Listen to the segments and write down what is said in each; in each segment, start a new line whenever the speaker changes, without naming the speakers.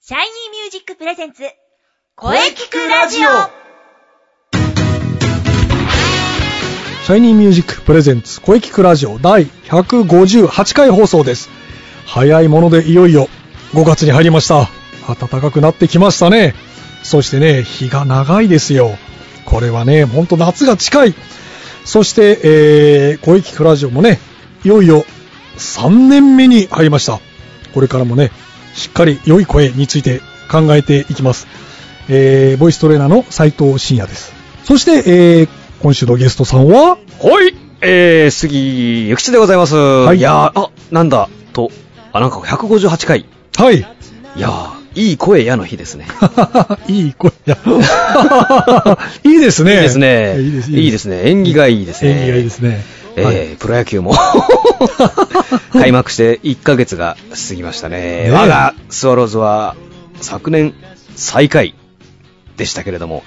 シャイニーミュージックプレゼンツ、
声聞くラジオ
シャイニーミュージックプレゼンツ声聞くラジオ第158回放送です。早いものでいよいよ5月に入りました。暖かくなってきましたね。そしてね、日が長いですよ。これはね、ほんと夏が近い。そして、えー、声聞くラジオもね、いよいよ3年目に入りました。これからもね、しっかり良い声について考えていきます。えー、ボイストレーナーの斉藤慎也です。そして、えー、今週のゲストさんは、
はい、えー、杉ゆきちでございます。
い
いやー、あ、なんだ、と、あ、なんか158回。
はい。
いやー、いい声やの日ですね。
いい声だ。 いいですね。
いいですね。
いいです。
いいですね。縁起がいいですね。
演技がいいですね。
えー
はい
プロ野 球も開幕して1ヶ月が過ぎましたね
ねえ
我がスワローズは昨年最下位でしたけれども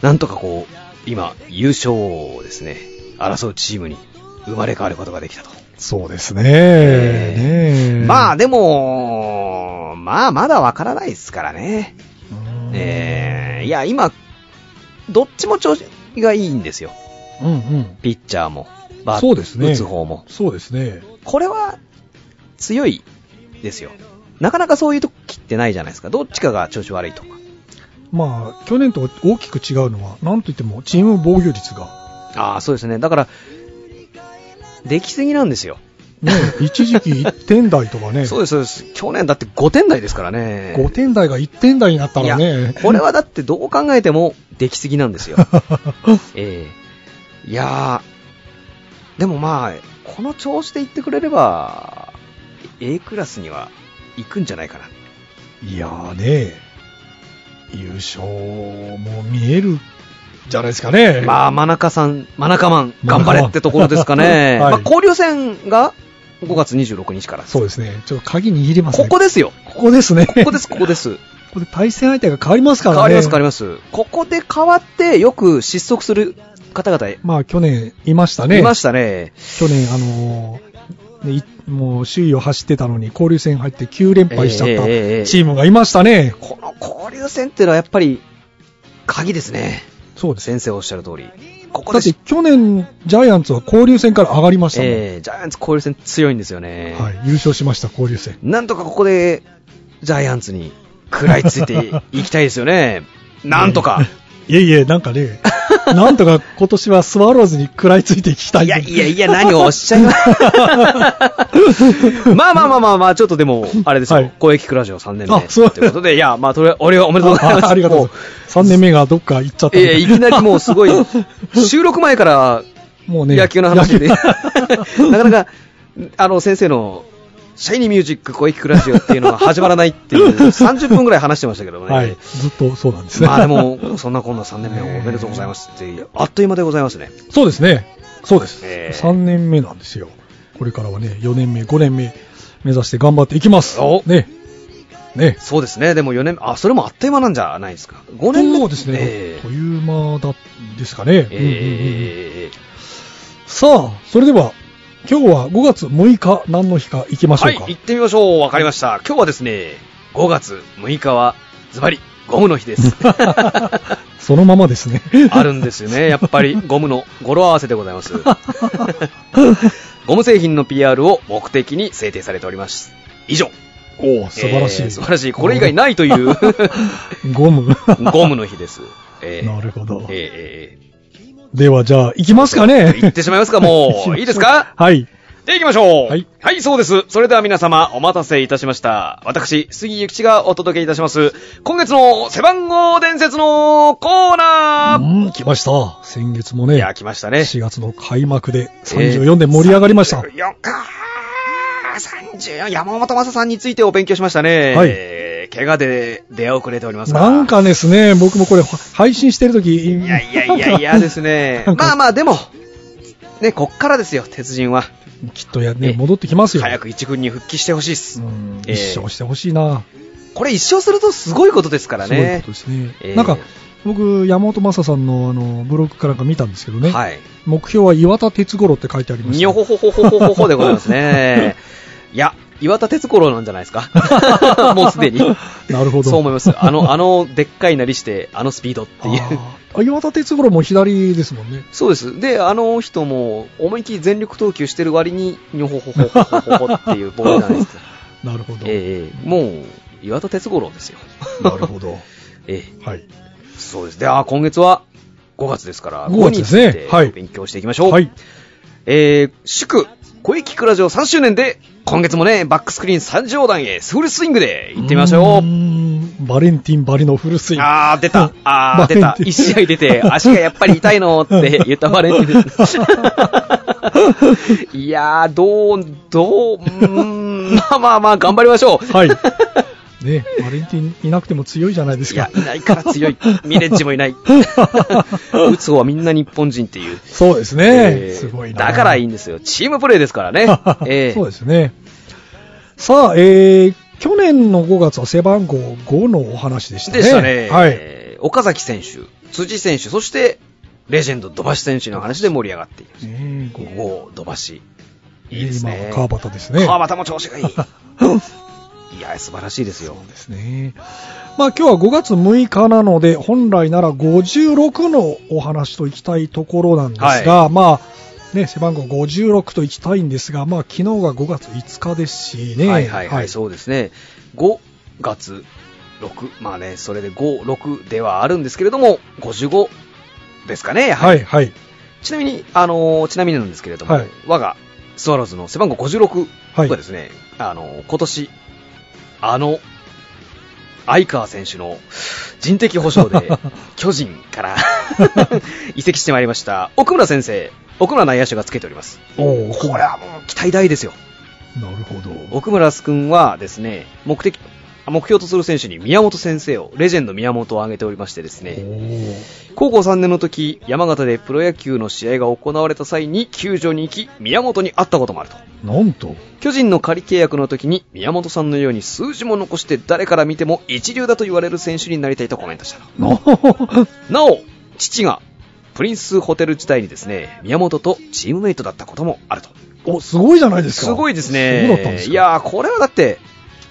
なんとかこう今優勝をですね争うチームに生まれ変わることができたと、
そうですね。ねえ
まあでもまあまだわからないですからね、
うん
えーいや今どっちも調子がいいんですよ
うんうん。
ピッチャーもバ
そうですね
打つ方も
そうですね。
これは強いですよ。なかなかそういう時ってないじゃないですか。どっちかが調子悪いとか。
まあ、去年と大きく違うのは、なんといってもチーム防御率が、
ああ、そうですね。だから、できすぎなんですよ。
ね、 一時期1点台とかね、
そうです、そうです。去年だって5点台ですからね。
5点台が1点台になったら
いや
ね、
これはだってどう考えてもできすぎなんですよ。 ええいやー、でもまあ、この調子で行ってくれれば、A クラスには行くんじゃないかな。
いやーね、優勝も見えるじゃないですかね。
まあ、真中さん、真中マン、頑張れってところですか ね。
はい
まあ、交流戦が5月26日から。
そうですね。ちょっと鍵握ります
こ
ね。
こですよ。
ここですね。
ここです、ここ です。
ここで対戦相手が変わりますか
変
らね。
わります、変わります。ここで変わって、よく失速する方々、
まあ、去年いましたね。
いましたね。
去年、あのーねいもう首位を走ってたのに交流戦入って9連敗しちゃっ
ええええええ
たチームがいましたね。
この交流戦ってのはやっぱり、鍵ですね。
そうですね。
先生おっしゃる通り。ここ
だ
で
って
し、
去年、ジャイアンツは交流戦から上がりましたもん。
えー、ジャイアンツ交流戦強いんですよね。
はい、優勝しました、交流戦。
なんとかここで、ジャイアンツに食らいついていきたいです よね。なんとか。
いえいえ、なんか ね、なんとか今年はスワローズに食らいついていきたい。
いやいやいや、何をおっしゃいます まあまあまあまあまあ、ちょっとでも、あれです
は
よ
い、
公益クラジオ3年
あそう
目ということで、いや、まあ、とりあえず、俺はおめでとうございます。
あありがとうございます。3年目がどっか行っちゃった
もう
み
い
た
や
い
いきなりもうすごい、収録前から
もうね、
野球の話で、
野
な
球
か なか、あの、先生の、シャイニーミュージック公益クラジオっていうのが始まらないっていう、30分くらい話してましたけどね。
はい、ずっとそうなんですね。
まあでも、そんなこんな3年目おめでとうございますって、あっという間でございますね。
そうですね。そうです。
ええ
3年目なんですよ。これからはね、4年目、5年目、目指して頑張っていきます。
お
ね。ね。
そうですね、でも4年、あ、それもあっという間なんじゃないですか。5年目
そうですね。
え
という間だ、ですかね、
え
うんうんうん
ええ
さあ、それでは、今日は5月6日、何の日か行きましょ
は
う
い、
か。
行ってみましょう。わかりました。今日はですね、5月6日は、ズバリ、ゴムの 日です。
そのままですね。
あるんですよね。やっぱり、ゴムの語呂合わせでございます。ゴム製品の PR を目的に制定されております。以上。
おお、素晴らしい、
えー素晴らしい。これ以外ない という、
ゴム。
ゴムの日です。 えー
なるほど。
えーえーえ
では、じゃあ、行きますかね。
ー行ってしまいますか、も う。いいですか
はい。
で、行きましょう。
は
はいい。そうです。それでは皆様、お待たせいたしました。私、杉ゆきちがお届けいたします。今月の背番号伝説のコーナー、
うん、来ました。先月も
い
ね、
や、来ましたね。
4月の開幕で34で盛り上がりました。
えー34か34、山本昌さんについてお勉強しましたね。
はい
えー怪我で出遅れておりますが
なん。かですね、僕もこれは配信してるとき、い
いやいやいやいやですね
なん。か
まあまあ、でも、ね、こっからですよ、鉄人は。
きっとや、ね、
え
戻ってきますよ。
早く一軍に復帰してほしいっ
う
す。
ん、
えー
一生してほしいな。
これ一勝するとすごいことですから
すごい
ね
こと。ですね。
えー
なんか、僕、山本昌さんのあのブログからか見たんですけどね、
はい。
目標は岩田哲五郎って書いてありまし
に
た
ょ。ほほほほほほほでございますね。いや、岩田哲五郎なんじゃないですかもうすでに。
なるほど。
そう思います。あの、あの、でっかいなりして、あのスピードっていう。
あー。あ岩田哲五郎も左ですもんね。
そうです。で、あの人も、思いっきり全力投球してる割に、にょほほほほほほほっていうボールな んです。
なるほど。
ええもう、岩田哲五郎ですよ。
なるほど。
え
はい。
えそうです。で、あー今月は、5月ですから、
5月ですね
ここについて
はい
勉強していきましょう。
はい。
えー、祝、小池クラジオ3周年で、今月もね、バックスクリーン3上段へ、フルスイングで行ってみましょ
ー
う。
んバレンティンバリのフルスイング。
あー、出た。あ
バ
ー、
レ
出
ン
た。
ティン
1試合出 て、足がやっぱり痛いのって言ったバレンティンです。いやー、どう、どう、うーん、まあまあまあ、頑張りましょう。
はい。 ね、バレンティンいなくても強いじゃないです
い
か
や、。いないから強い。ミレッジも いない。打つ方はみんな日本人っていう。
そうです
え
ね。
ー
すごいな。。
だからいいんですよ。チームプレーですからね えー
そうですね。さあ、えー、去年の5月は背番号5のお話でしたね。
でしたね。
はい。
えー岡崎選手、辻選手、そして、レジェンド、土橋選手の話で盛り上がっている。
ね
5号、土橋。いいです
今
ね。
は川端ですね。
川端も調子がいい。 いや、素晴らしいですよ。
ですね。まあ今日は5月6日なので、本来なら56のお話といきたいところなんですが、まあ、ね、背番号56といきたいんですが、まあ昨日が5月5日ですしね。
はいはいはい、そうですね。5月6、まあね、それで5、6ではあるんですけれども、55ですかね、やは
は
り。
いはい。
ちなみに、あのーちなみになんですけれども、
はい
我がスワローズの背番号56
はい
がですね、あのー今年、あの、相川選手の人的保 障で巨人から 移籍してまいりました奥村先生、奥村内野手がつけております。
おお、
これはもう期待大ですよ。
なるほど。
奥村君はですね、目的、目標とする選手に宮本先生を、レジェンド宮本を挙げておりましてですね、
おー
高校3年の時山形でプロ野球の試合が行われた際に球場に行き宮本に会ったこともあると
なんと。
巨人の仮契約の時に宮本さんのように数字も残して誰から見ても一流だと言われる選手になりたいとコメントしたと
な
なお父がプリンスホテル時代にですね宮本とチームメイトだったこともあると
お、すごいじゃないですか。
すごいです
そうだったんで
ね
すか
いやーこれはだって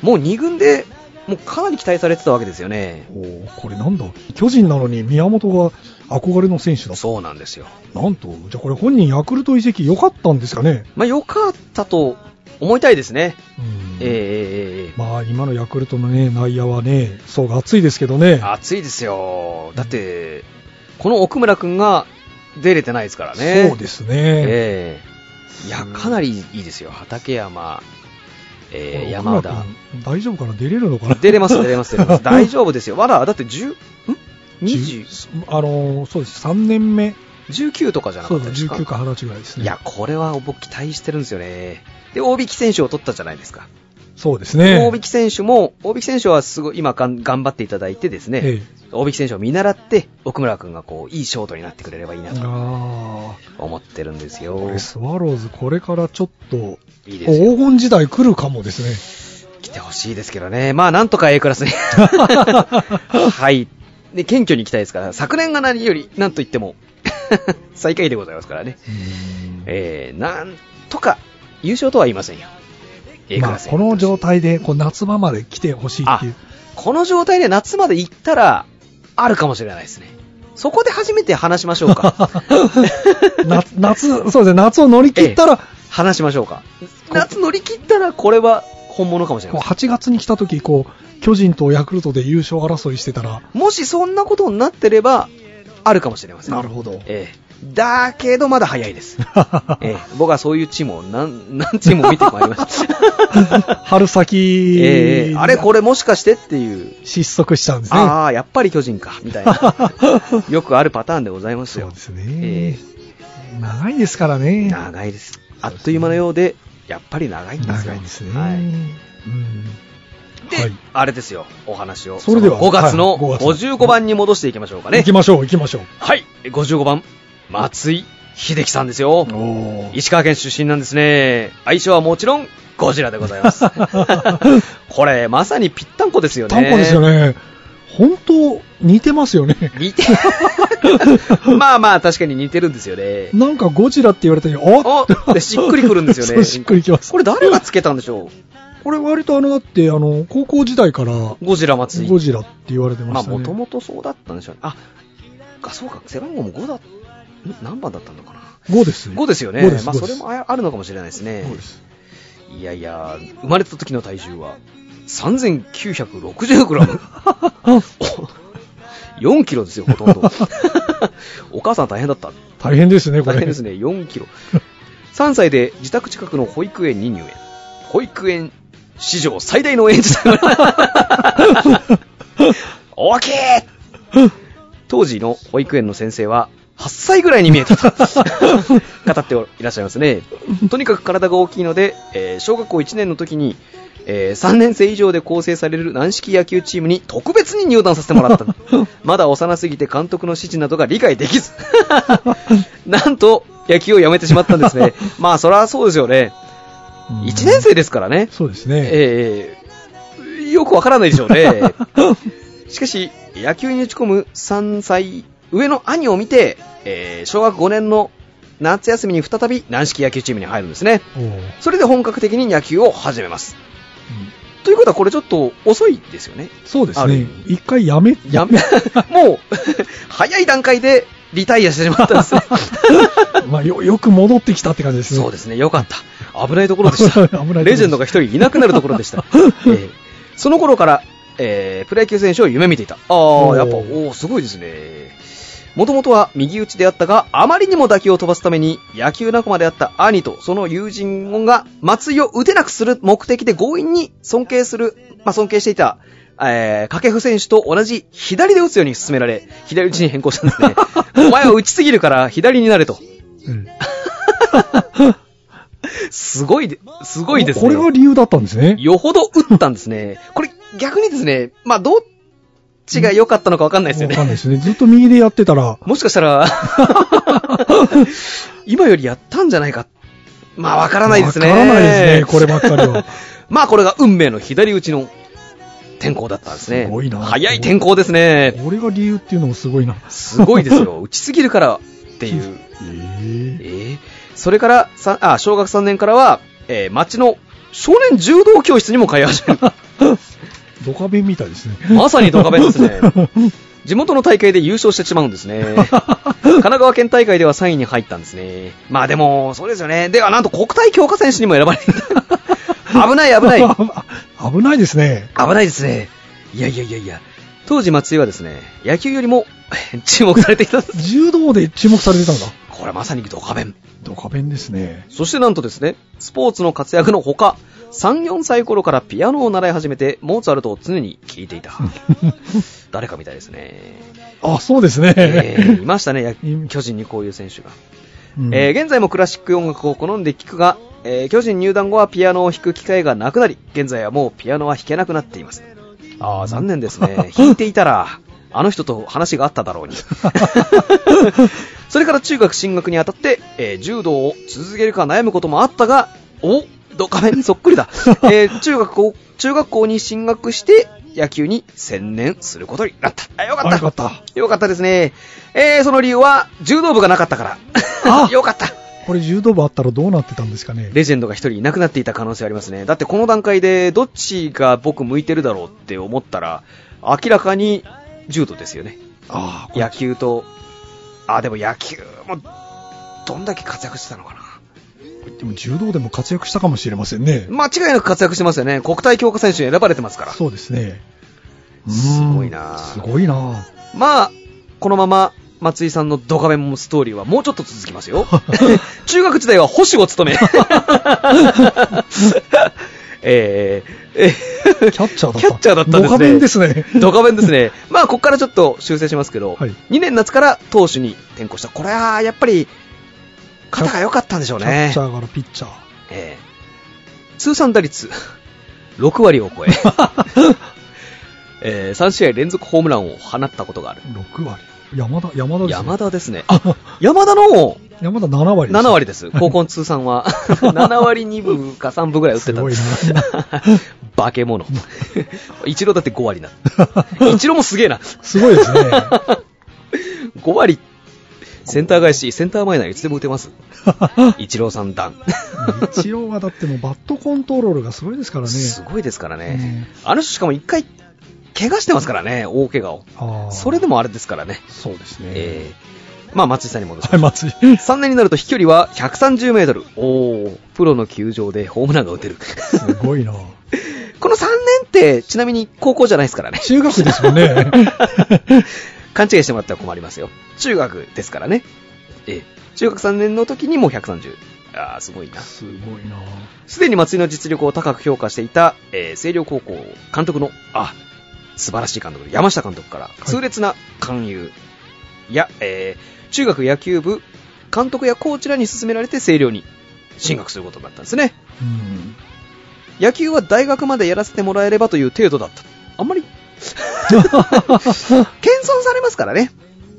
もう2軍でもうかなり期待されてたわけですよね
おーこれなんだ巨人なのに宮本が憧れの選手だ
そうなんですよ
なんとじゃあこれ本人ヤクルト移籍良かったんですかね
まあよかったと思いたいですね
うん
えーえーえー
まあ今のヤクルトのね内野はね層が厚いですけどね
暑いですよ、だって、この奥村君が出れてないですからね、
そうですね、
ええいや、かなりいいですよ、畠山、ええ
奥村
山田、
君大丈夫かな出れるのかな
出れます、出れます、出 れます、大丈夫ですよ、まだ、だって10ん20
あのーそうです3年目
19とかじゃな
そう
かった
で
ですすか、
19か20歳ぐらいですね
いや、これは僕、期待してるんですよね。で、大引選手を取ったじゃないですか。
そうですね
大引選手も、大引選手はすごい、今がん、頑張っていただいてですね、
ええ
大引選手を見習って、奥村君がこう、いいショートになってくれればいいなと。
あ
思ってるんですよ
ー。これスワローズこれからちょっと
いいですよ。
黄金時代来るかもですね
来てほしいですけどね。まあ、なんとか A クラスに。はい。で、謙虚に行きたいですから、昨年が何より、なんと言っても、 最下位でございますからね。えー、なんとか、優勝とは言いませんよ。A ク
ま
ラ
あ、
ス、
この状態でこう夏場まで来てほしいっていう
この状態で夏まで行ったら、あるかもしれないですね。そこで初めて話しましょ うか。
夏夏そうですね夏を乗り切ったら、
話しましょうか。夏乗り切ったら、これは本物かもしれ
こ
な
う
い。
8月に来た時こう巨人とヤクルトで優勝争いしてたら
もしそんなことになってれば、あるかもしれません。
ほど
ええ、だけどまだ早いです。ええ、僕はそういうチームを何、何チームも見てまいりま した。
春先、
ええ、あれこれもしかしてっていう。
失速しちゃうんですね
ああ、やっぱり巨人か、みたいな。よくあるパターンでございます
そう
よ
で。すね
え、
長いですから
え、
ね
長いです。あっという間のようで、やっぱり長いんですよ。
長いですね、
は
う
い
ん
で、
はい
あれですよ、お話を。
それでは
5月の
はい
55番に戻していきましょうか
行
ね
き。ましょう行きましょう
はい、55番、松井秀樹さんですよ。
おー
石川県出身なんですね。相性はもちろん、ゴジラでござ います。これ、まさにぴったんこですよね。
担保ですよ。ね本当似てますよね
似て、 まあまあ、確かに似てるんですよね。
なんかゴジラって言われた時、おっ
おでしっくりくるんですよね。
そうしっくりきます。
これ誰がつけたんでしょう
俺割とあの、だって、あの、高校時代から、
ゴジラ祭り。
ゴジラって言われて
ま
ま
あ、
したね。
もともとそうだったんでしょうね。あ、あそうか、背番号も5だ、ん何番だったのかな。
5ですね。
5ですよね。
5です
まあ、
5で
そ
す
れもああるのかもしれないですね。
5です。
いやいや、生まれた時の体重は3960グラム。4キロですよ、ほとんど。 お母さん大変だった。
大変ですね、これ。
大変ですね、4キロ。3歳で自宅近くの保育園に入園。保育園史上最大の園児 だ。大きい当時の保育園の先生は、8歳ぐらいに見えたと語っておいらっしゃいますね。とにかく体が大きいので、えー小学校1年の時に、え3年生以上で構成される軟式野球チームに特別に入団させてもらった。まだ幼すぎて監督の指示などが理解できず。 なんと、野球をやめてしまったんですね。まあ、そりゃそうですよね。
うん
1年生ですからね。
そうですね。
えーよくわからないでしょうね。 しかし、野球に打ち込む3歳上の兄を見て、えー小学5年の夏休みに再び軟式野球チームに入るんですね。
おううん
それで本格的に野球を始めます。ということはこれちょっと遅いですよね。
そうです
ある意
ね
味。
一回やめ、
や め、もう、早い段階でリタイアしてしまったんですね。
まあ、よ、よく戻ってきたって感じですね。
そうですね、よかった。危ないところでし
危な
た
いところでし。た
レジェンドが一人いなくなるところで した。えーその頃から、えープロ野球選手を夢見ていた。あ
お
あ、
ー
やっぱ、おお、すごいですね。もともとは右打ちであったが、あまりにも打球を飛ばすために、野球仲間であった兄とその友人が、松井を打てなくする目的で強引に尊敬する、まあ、尊敬していた、えー、掛布選手と同じ左で打つように勧められ、左打ちに変更したんです ね。お前は打ちすぎるから左になれと。
うん。
すごいで、すごいですね。
これが理由だったんですね。
よほど打ったんですね。これ逆にですね、まあどっちが良かったのかわかんないですよ
わかんない
ね。
ですね。ずっと右でやってたら、
もしかし たら、今よりやったんじゃないか。まあわからないですね。
わからないですね、こればっかり は。
まあこれが運命の左打ちの転校だったんですね。
すごいな
早い転校ですね。
これが理由っていうのもすごいな。
すごいですよ。打ちすぎるからっ ていう。
ええ
ええそれから、さあ、小学3年からは、えー町の少年柔道教室にも通い始 めた。
ドカベンみたいですね。
まさにドカベンです ね。地元の大会で優勝してしまうんですね。神奈川県大会では3位に入ったんですね。まあでも、そうですよね。では、なんと国体強化選手にも選ばれた。危ない、危ない。
危ないですね。
危ないですね。いやいやいやいや。当時松井はですね、野球よりも 注目されていたんです。
柔道で注目されてたんだ。
これまさにドカベン。
ドカベンですね。
そしてなんとですね、スポーツの活躍のほか、3、4歳頃からピアノを習い始めて、モーツァルトを常に聴いていた。誰かみたいですね。
あ、そうですね。
えーいましたね、や
うん
巨人にこういう選手が。
うん
えー現在もクラシック音楽を好んで聴くが、えー巨人入団後はピアノを弾く機会がなくなり、現在はもうピアノは弾けなくなっています。ああ、残念で すね。弾いていたら、あの人と話があっただろうに。それから中学進学にあたって、えー柔道を続けるか悩むこともあったが、おドカベンにそっ くりだ。えー中学校、中学校に進学して、野球に専念することになった。あ、よか
あ、
った
よ。かった。
よかったですね。えー、その理由は、柔道部がなかったから
あ。
よかった。
これ柔道部あったらどうなってたんですかね。
レジェンドが一人いなくなっていた可能性ありますね。だってこの段階で、どっちが僕向いてるだろうって思ったら、明らかに柔道ですよね。
ああ、これ
野球と、あ、でも野球も、どんだけ活躍してたのかな。
でも柔道でも活躍したかもしれませんね。
間違いなく活躍してますよね。国体強化選手に選ばれてますから。
そうですね。うーん
すごいな
すごいな
まあ、このまま、松井さんのドカベンストーリーはもうちょっと続きま すよ。中学時代は保守を務め。 えー、えー
キャッチャーだった。
キャッチャーだったんで
ド
すね。
カベンですね。
ドカベンですね。まあ、ここからちょっと修正しますけど、
はい
2年夏から投手に転向した。これは、やっぱり、肩が良かったんでしょう
キャッ
ね
チ。ャーからピッチャー。
えー通算打率、6割を超え、 え3試合連続ホームランを放ったことがある。
6割。山田、山田です、ね。
山田ですね。
あ
山田の
山田7割です。
7割です。高校の通 算は7割2分か3分ぐらい打ってたんです
すごいな。
化 け物。一郎だって5割な。一郎もすげえな。
すごいですね。
5割。センター返し、センター前ならいつでも打てます。一郎さん弾。
一郎はだってもうバットコントロールがすごいですからね。
すごいですからね。あの人しかも一回、怪我してますからね、大怪我を。
あー
それでもあれですからね。
そうですね。
えー、まあ、松井さんに戻し
は
ま
い、
す。
松井。
3年になると飛距離は130メートル。おー、プロの球場でホームランが打てる。
すごいな。
この3年って、ちなみに高校じゃないで すからね。
中学ですもんね。
勘違いしてもらったら困りますよ。中学ですからね。ええ中学3年の時にもう130。ああ、すごいな。
すごいな。
すでに松井の実力を高く評価していた、えー、星稜高校監督の、あ、素晴らしい監督、山下監督から、
い
痛烈な勧誘、い、や、えー、中学野球部、監督やコーチらに勧められて星稜に進学することになったんですね。
うん。
野球は大学までやらせてもらえればという程度だった。あんまり、謙遜されますからね。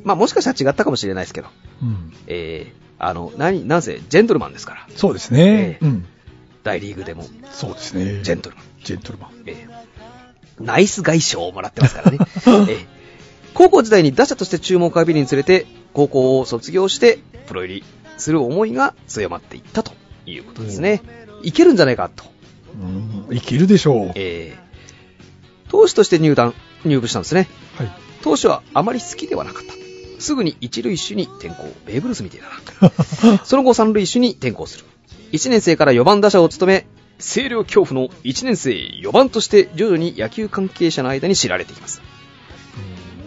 まあもしかしたら違ったかもしれないですけど。
うん、
えー、あの、何、なんせ、ジェントルマンですから。
そうですね、
ええ
うん。
大リーグでも、
そうですね。
ジェントルマン。
ジェントルマン。
えーナイス外賞をもらってます からね。えー高校時代に打者として注目を浴びるにつれて、高校を卒業して、プロ入りする思いが強まっていったということですね。いけるんじゃないかと。
うん、生きるでしょう。
えー投手として入団、入部したんですね。
はい。
当初はあまり好きではなかった。すぐに一塁手に転向。ベーブ・ルースみたいだな。 その後三塁手に転向する。1年生から4番打者を務め、星稜恐怖の1年生4番として徐々に野球関係者の間に知られていきます。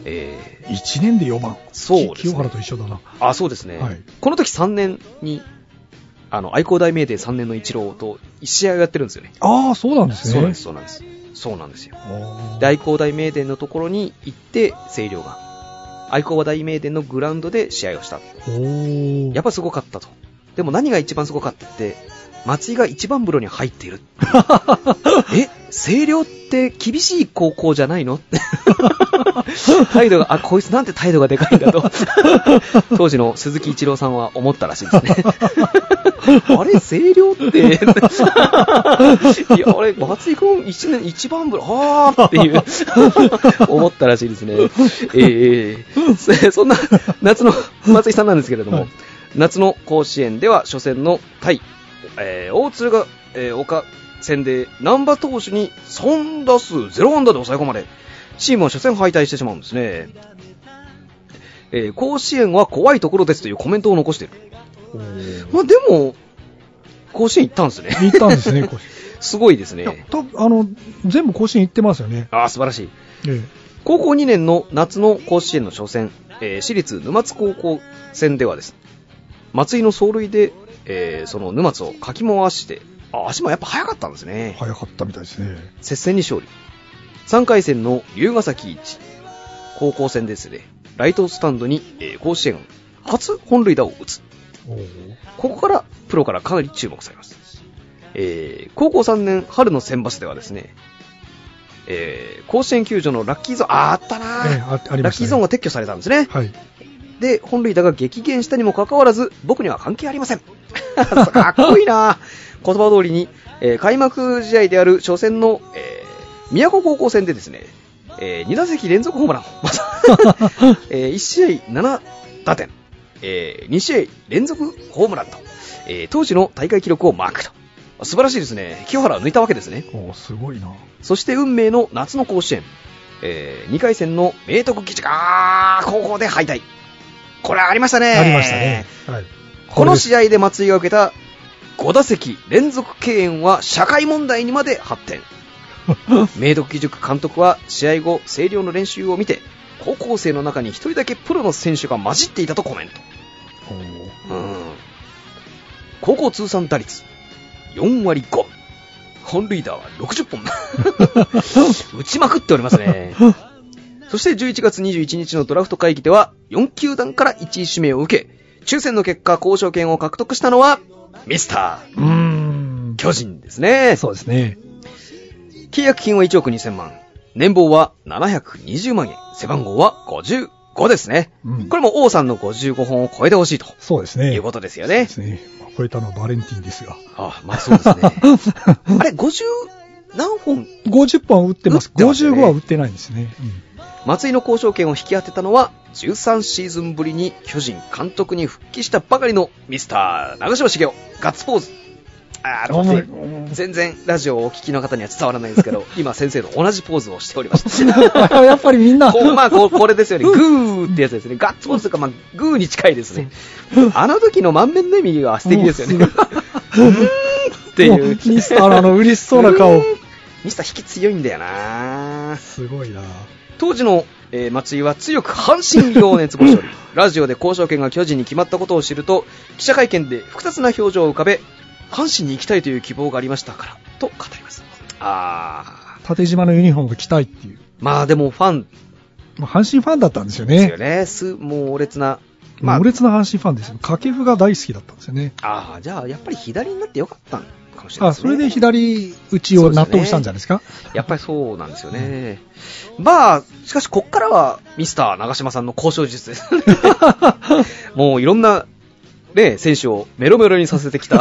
え
1年で4番。
そうですね
き清原と一緒だな。
ー、あ、そうですね。
はい
この時3年に、あの、愛工大名電3年の一郎と1試合をやってるんですよね。
ああ、そうなんですね。
そうなんです、そうなんです。そうなんですよ。
あー。
で愛工大名電のところに行って、星稜が。愛工大名電のグラウンドで試合をした。
おー
やっぱすごかったと。でも何が一番すごかったって、松井が一番風呂に入っている。え、星稜って厳しい高校じゃないの 態度が、あ、こいつなんて態度がでかいんだと。当時の鈴木一郎さんは思ったらしいですね。あれ、星稜って、 いや、あれ、松井君一年一番風呂、あーっていう、 思ったらしいですね。えー そそんな夏の松井さんなんですけれども、夏の甲子園では初戦の対、えー大鶴が、えー岡戦で難波投手に3打数0安打で抑え込まれ、チームは初戦敗退してしまうんですね。えー甲子園は怖いところですというコメントを残している。
おー
まあでも、甲子園行ったんですね。
行ったん ですね、甲子
すごいです
園。いや
ね。
たあの、全部甲子園行ってますよね。
ああ、素晴らしい。
え
高校2年の夏の甲子園の初戦、えー私立沼津高校戦ではです、松井の走塁で、えーその沼津をかき回して、あ足もやっぱ速かったんです
え
ね。
早かったみたいですね。
接戦に勝利。3回戦の龍ヶ崎一、高校戦ですね、ライトスタンドに、えー甲子園初本塁打を打つ。
おー
ここからプロからかなり注目されます。えー高校3年春の選抜ではですね、えー甲子園球場のラッキーゾーン、あーあったなー
ええあありましたね
ラッキーゾーンが撤去されたんですね。
はい。
で、本塁打が激減したにもかかわらず、僕には関係ありません。 かっこいいな言葉通りに、えー開幕試合である初戦の、えー、宮古高校戦でですね、え2打席連続ホームラン。 またえ1試合7打点、え2試合連続ホームランと、えー当時の大会記録をマークと。素晴らしいですね。清原を抜いたわけですね。
おーすごいな。
そして運命の夏の甲子園。え2回戦の明徳義塾、あー、高校で敗退。これありましたね。
ありましたね。はい。
この
合。
試合で松井が受けた5打席連続敬遠は社会問題にまで発 展。明徳義塾監督は試合後、星稜の練習を見て、高校生の中に一人だけプロの選手が混じっていたとコメント。
おー
うん高校通算打率4割5分本塁打は60本打ちまくっておりますねそして11月21日のドラフト会議では4球団から1位指名を受け抽選の結果交渉権を獲得したのはミスター
うーん。
巨人ですね
そうですね。
契約金は1億2000万年俸は720万円背番号は55ですね、
うん
これも王さんの55本を超えてほしいと
そうですね。
いうことですよね
ですね。まあ、超えたのはバレンティンですが。
あまあそうですね。あれ、50何本
50本打ってます。
打ってますね
55は打ってないんですね。
松井の交渉権を引き当てたのは、13シーズンぶりに巨人監督に復帰したばかりのミスター長嶋茂雄、ガッツポーズ。あー、
重い
6全然ラジオをお聞きの方には伝わらないです けど、今先生と同じポーズをしておりました。
やっぱりみんな、
こうまあこうこれですよね、グーってやつですね、ガッツポーズとか、まあ、グーに近いですね、あの時の満面の意味は素敵ですよ ね、うーんって
も
いう
う、ミスターのあの、嬉しそうな
う
顔
ーん。ミスター、引き強いんだよな、
すごいな
当時の、えー松井は強く阪神色を熱望 しており、ラジオで交渉権が巨人に決まったことを知ると、記者会見で複雑な表情を浮かべ、阪神に行きたいという希望がありましたからと語ります。あー
縦島のユニフォームが着たいっていう。
まあでもファン
まあ、阪神ファンだったんですよ
ですよ
ね。
ね、す猛烈な、まあ
猛、烈な阪神ファンですよ。掛布が大好きだったんですよね。
ああ、じゃあ、やっぱり左になってよかったんかもしれない
あ、
です
そ
ね。
れで左打ちを納得したんじゃないですか。
やっぱりそうなんですよ ね。まあ、しかし、こっからは、ミスター長嶋さんの交渉術です ね。もう、いろんな、ね、選手をメロメロにさせてきた。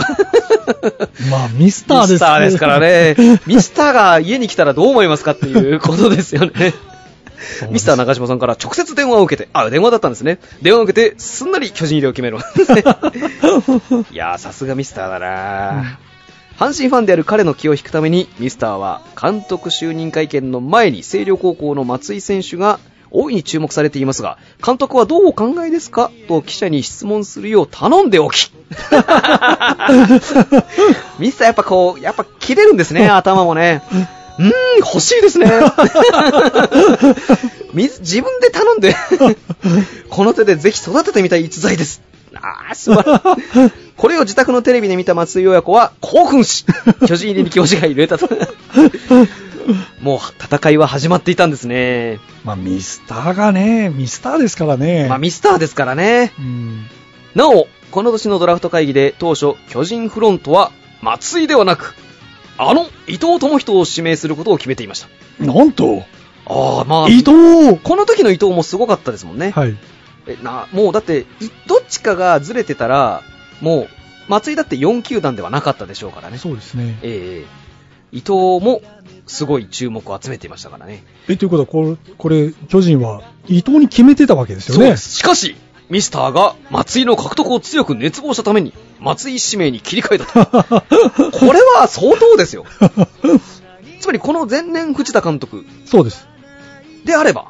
まあ、ミスターです
ミスターですから。ね。ミスターが家に来たらどう思いますかっていうことですよね。
そうです
ミスター中島さんから直接電話を受けて、あ、電話だったんですね。電話を受けて、すんなり巨人入りを決め る。 いやー、さすがミスターだなー、阪神ファンである彼の気を引くために、ミスターは監督就任会見の前に星稜高校の松井選手が大いに注目されていますが、監督はどうお考えですかと記者に質問するよう頼んでおき。ミスターやっぱこう、やっぱ切れるんですね、頭もね。うーん、欲しいですね。み自分で頼んで、この手でぜひ育ててみたい逸材です。ああ、素晴 らしい。これを自宅のテレビで見た松井親子は興奮し、巨人入りに教師が 入れたと。もう戦いは始まっていたんですね。
まあ、ミスターがね、ミスターですからね。
まあミスターですからね。
うん。
なお、この年のドラフト会議で当初、巨人フロントは松井ではなく、あの伊藤智人を指名することを決めていました。
なんと、
ああ、まあ、
伊藤
この時の伊藤もすごかったですもんね。
はい。
えなもうだって、いどっちかがずれてたら、もう、松井だって4球団ではなかったでしょうからね。
そうですね。
ええ伊藤もすごい注目を集めていましたからね。
え、ということは、これ、これ、巨人は伊藤に決めてたわけですよね。
しかし、ミスターが松井の獲得を強く熱望したために、松井指名に切り替え たと。これは相当ですよ。つまりこの前年藤田監督
そうです。
であれば、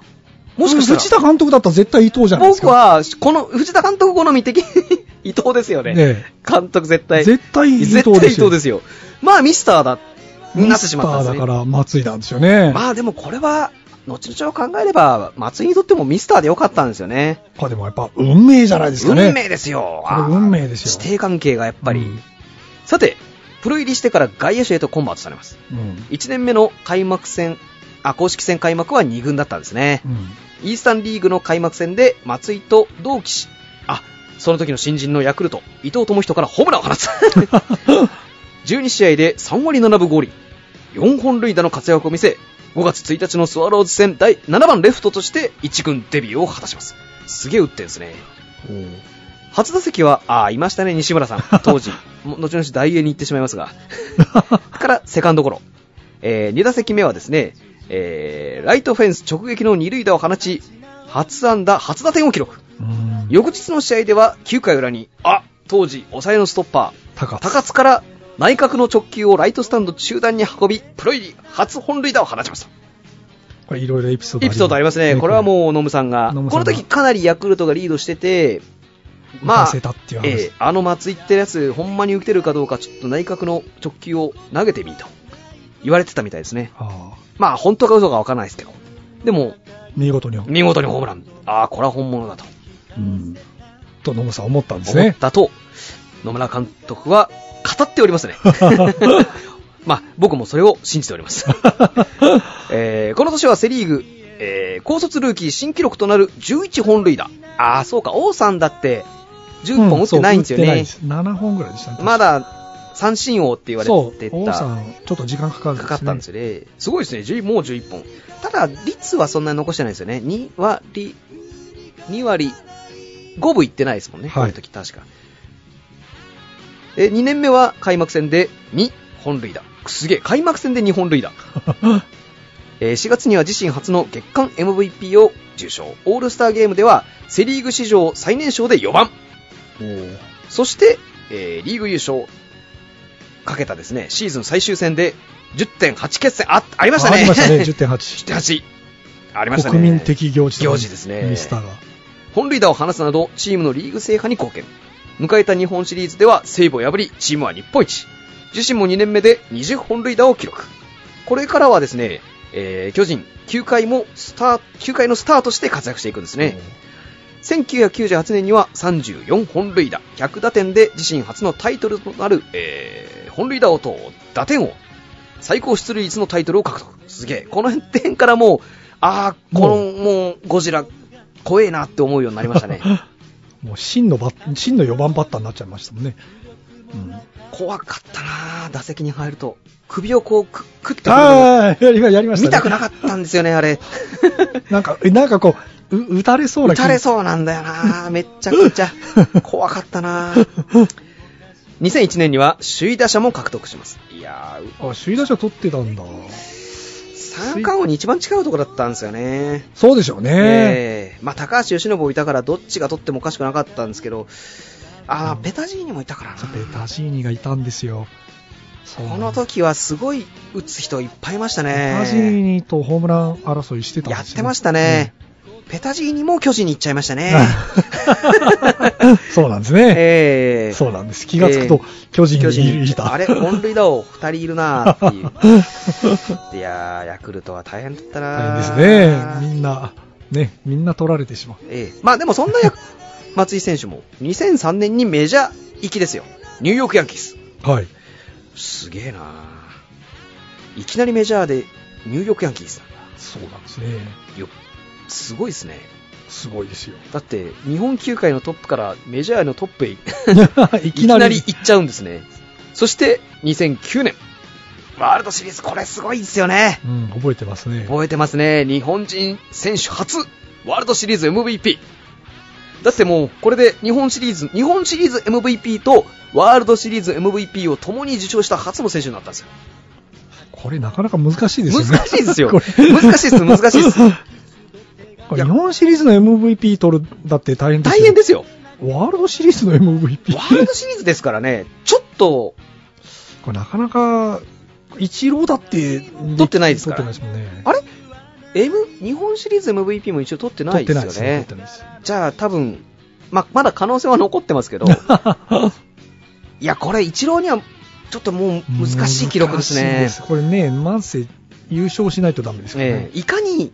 もしかしたら、
藤田監督だったら絶対伊藤じゃないです
僕
か。
は、この藤田監督好み的に 伊藤ですよね。
え
監督絶対。
絶対伊藤ですよ
絶対伊藤ですよ。まあミスターだ、
え、
になってしまったんです
ミスタ
ね
ーだ。から松井なんですよ ね。ま
まあでもこれは、後々を考えれば、松井にとってもミスターでよかったんですよね。
あでもやっぱ運命じゃないですかね。
運命ですよ。
これ
あー
運命ですよ
師弟関係がやっぱり。
うん
さて、プロ入りしてから外野手へとコンバートされます。
うん。
1年目の開幕戦、あ、公式戦開幕は2軍だったんですね。
うん。
イースタンリーグの開幕戦で松井と同期し、あ、その時の新人のヤクルト、伊藤智人からホームランを放 つ。12試合で3割7分5厘、4本塁打の活躍を見せ、5月1日のスワローズ戦第7番レフトとして1軍デビューを果たします。すげえ打ってんですね。初打席は、ああ、いましたね、西村さ ん。当時、も後々大英に行ってしまいますが。から、セカンドゴロ。え2打席目はですね、えーライトフェンス直撃の二塁打を放ち、初安打、初打点を記録。
うん。
翌日の試合では、9回裏に、あ、当時、抑えのストッパー、
高津。
高津から内角の直球をライトスタンド中段に運び、プロ入り初本塁打を放ちました。
これいろいろエピソード
エピソードありますね。これはもう、ノムさんが。
ノムさ
こ
ん
の
が
時かなりヤクルトがリードしてて、
ま
ま
あ、
あ
せ、たっていう話。
ええあの松井ってやつ、ほんまに受けてるかどうか、ちょっと内角の直球を投げてみと言われてたみたいですね。
あ
まあ、本当か嘘かわからないですけど。でも、
あ見事に。う
見事にホームラン。ああ、これは本物だと
ん。と、野茂さん思ったんです
思っ
ね。
たと、野村監督は語っておりま すね。 まあ、僕もそれを信じてお ります。えーこの年はセ・リーグ、えー高卒ルーキー新記録となる11本塁打。ああ、そうか、王さんだって10本打ってないんですよ
うそう打ってない
ね
で。す7本ぐらいでしたね。
まだ三振王って言わ
そ
れ
う
て、
王さ
た。
ん、ちょっと時間かかる
かかったんです
よ。
よね。すごいですね。11もう11本。ただ、率はそんなに残してないですよね。2割、2割、5分いってないですもんね。
はい
この時確か。え、2年目は開幕戦で2本塁打。すげえ、開幕戦で2本塁打。えー4月には自身初の月間 MVP を受賞。オールスターゲームではセリーグ史上最年少で4番。
お ー
そして、えーリーグ優勝かけたですね、シーズン最終戦で10.8決戦、あ、ありましたね。
ありま したね、10.8。
10.8。ありましたね。
国民的行事だね
行事ですね
ミスターが。
本塁打を放つなど、チームのリーグ制覇に貢献。迎えた日本シリーズでは西武を破り、チームは日本一。自身も2年目で20本塁打を記録。これからはですね、えー巨人、球界もスター、球界のスターとして活躍していくんですね。1998年には34本塁打、100打点で自身初のタイトルとなる、えー本塁打王と打点王、最高出塁率のタイトルを獲得。すげえ。この点からもう、ああ、この、
も
もう、ゴジラ、怖えなって思うようになりまし たね。
もう真のバッ真の4番バッターになっちゃいましたもんね。うん、あ
怖かったな打席に入ると。首をこう、く、くって
あー、やりやりました、ね。
見たくなかったんですよね、あ れ。
なんか、えなんかこう、う打たれそうな
打たれそうなんだよなめっちゃく ちゃ怖かったな2001年には首位打者も獲得しますいやー
う。あ、首位打者取ってたんだ。
三冠王に一番近いところだったんですよね
そうでしょうね。
ええまあ高橋由伸もいたからどっちが取ってもおかしくなかったんですけどあーペタジーニもいたからな
そうベタジーニがいたんですよ。そう
この時はすごい打つ人いっぱいいました
ベタジー
ね
ニとホームラン争いしてたんで
やっ
すよ、
てましたね、ペタジーニも巨人に行っちゃいましたね
うん。 そうなんですね、
え え
そうなんです。気がつくと、巨人
巨
に
人
いた。
あれ、本塁打王2人いるなーって いう。いやー、ヤクルトは大変だったなー
大変ですね。みんな、ね、みんな取られてしまう。
ええまあでもそんなヤク松井選手も2003年にメジャー行きですよ。ニューヨークヤンキース。
はい。
すげえなーいきなりメジャーでニューヨークヤンキースなんだ
そうなんですね。
よすごいですね。
すごい ですよ。
だって、日本球界のトップからメジャーのトップへ
い
いきなり行っちゃうんですね。そして、2009年。ワールドシリーズ、これすごいですよね。
うん、覚えてますね。
覚えてますね。日本人選手初、ワールドシリーズ MVP。だってもう、これで日本シリーズ、日本シリーズ MVP とワールドシリーズ MVP を共に受賞した初の選手になったんですよ。
これなかなか難しいですよね。
難しいです よ
これ
難しいです難しいです
これ日本シリーズの MVP 取るだって大変です
大変ですよ。
す。ワールドシリーズの MVP
ワールドシリーズですからね、ちょっと、
これなかなか、一郎だって、取
ってないですから
取ってないですもんね。
あれ M、日本シリーズ MVP も一応取ってないですよね。
取ってないですね。
じゃあ多分、ま、まだ可能性は残ってますけ ど、
取ってないです
いや、これ一郎にはちょっともう難しい記録です
難しい
ね。
ですこれね、万世優勝しないとダメですから
え
ね。
えいかに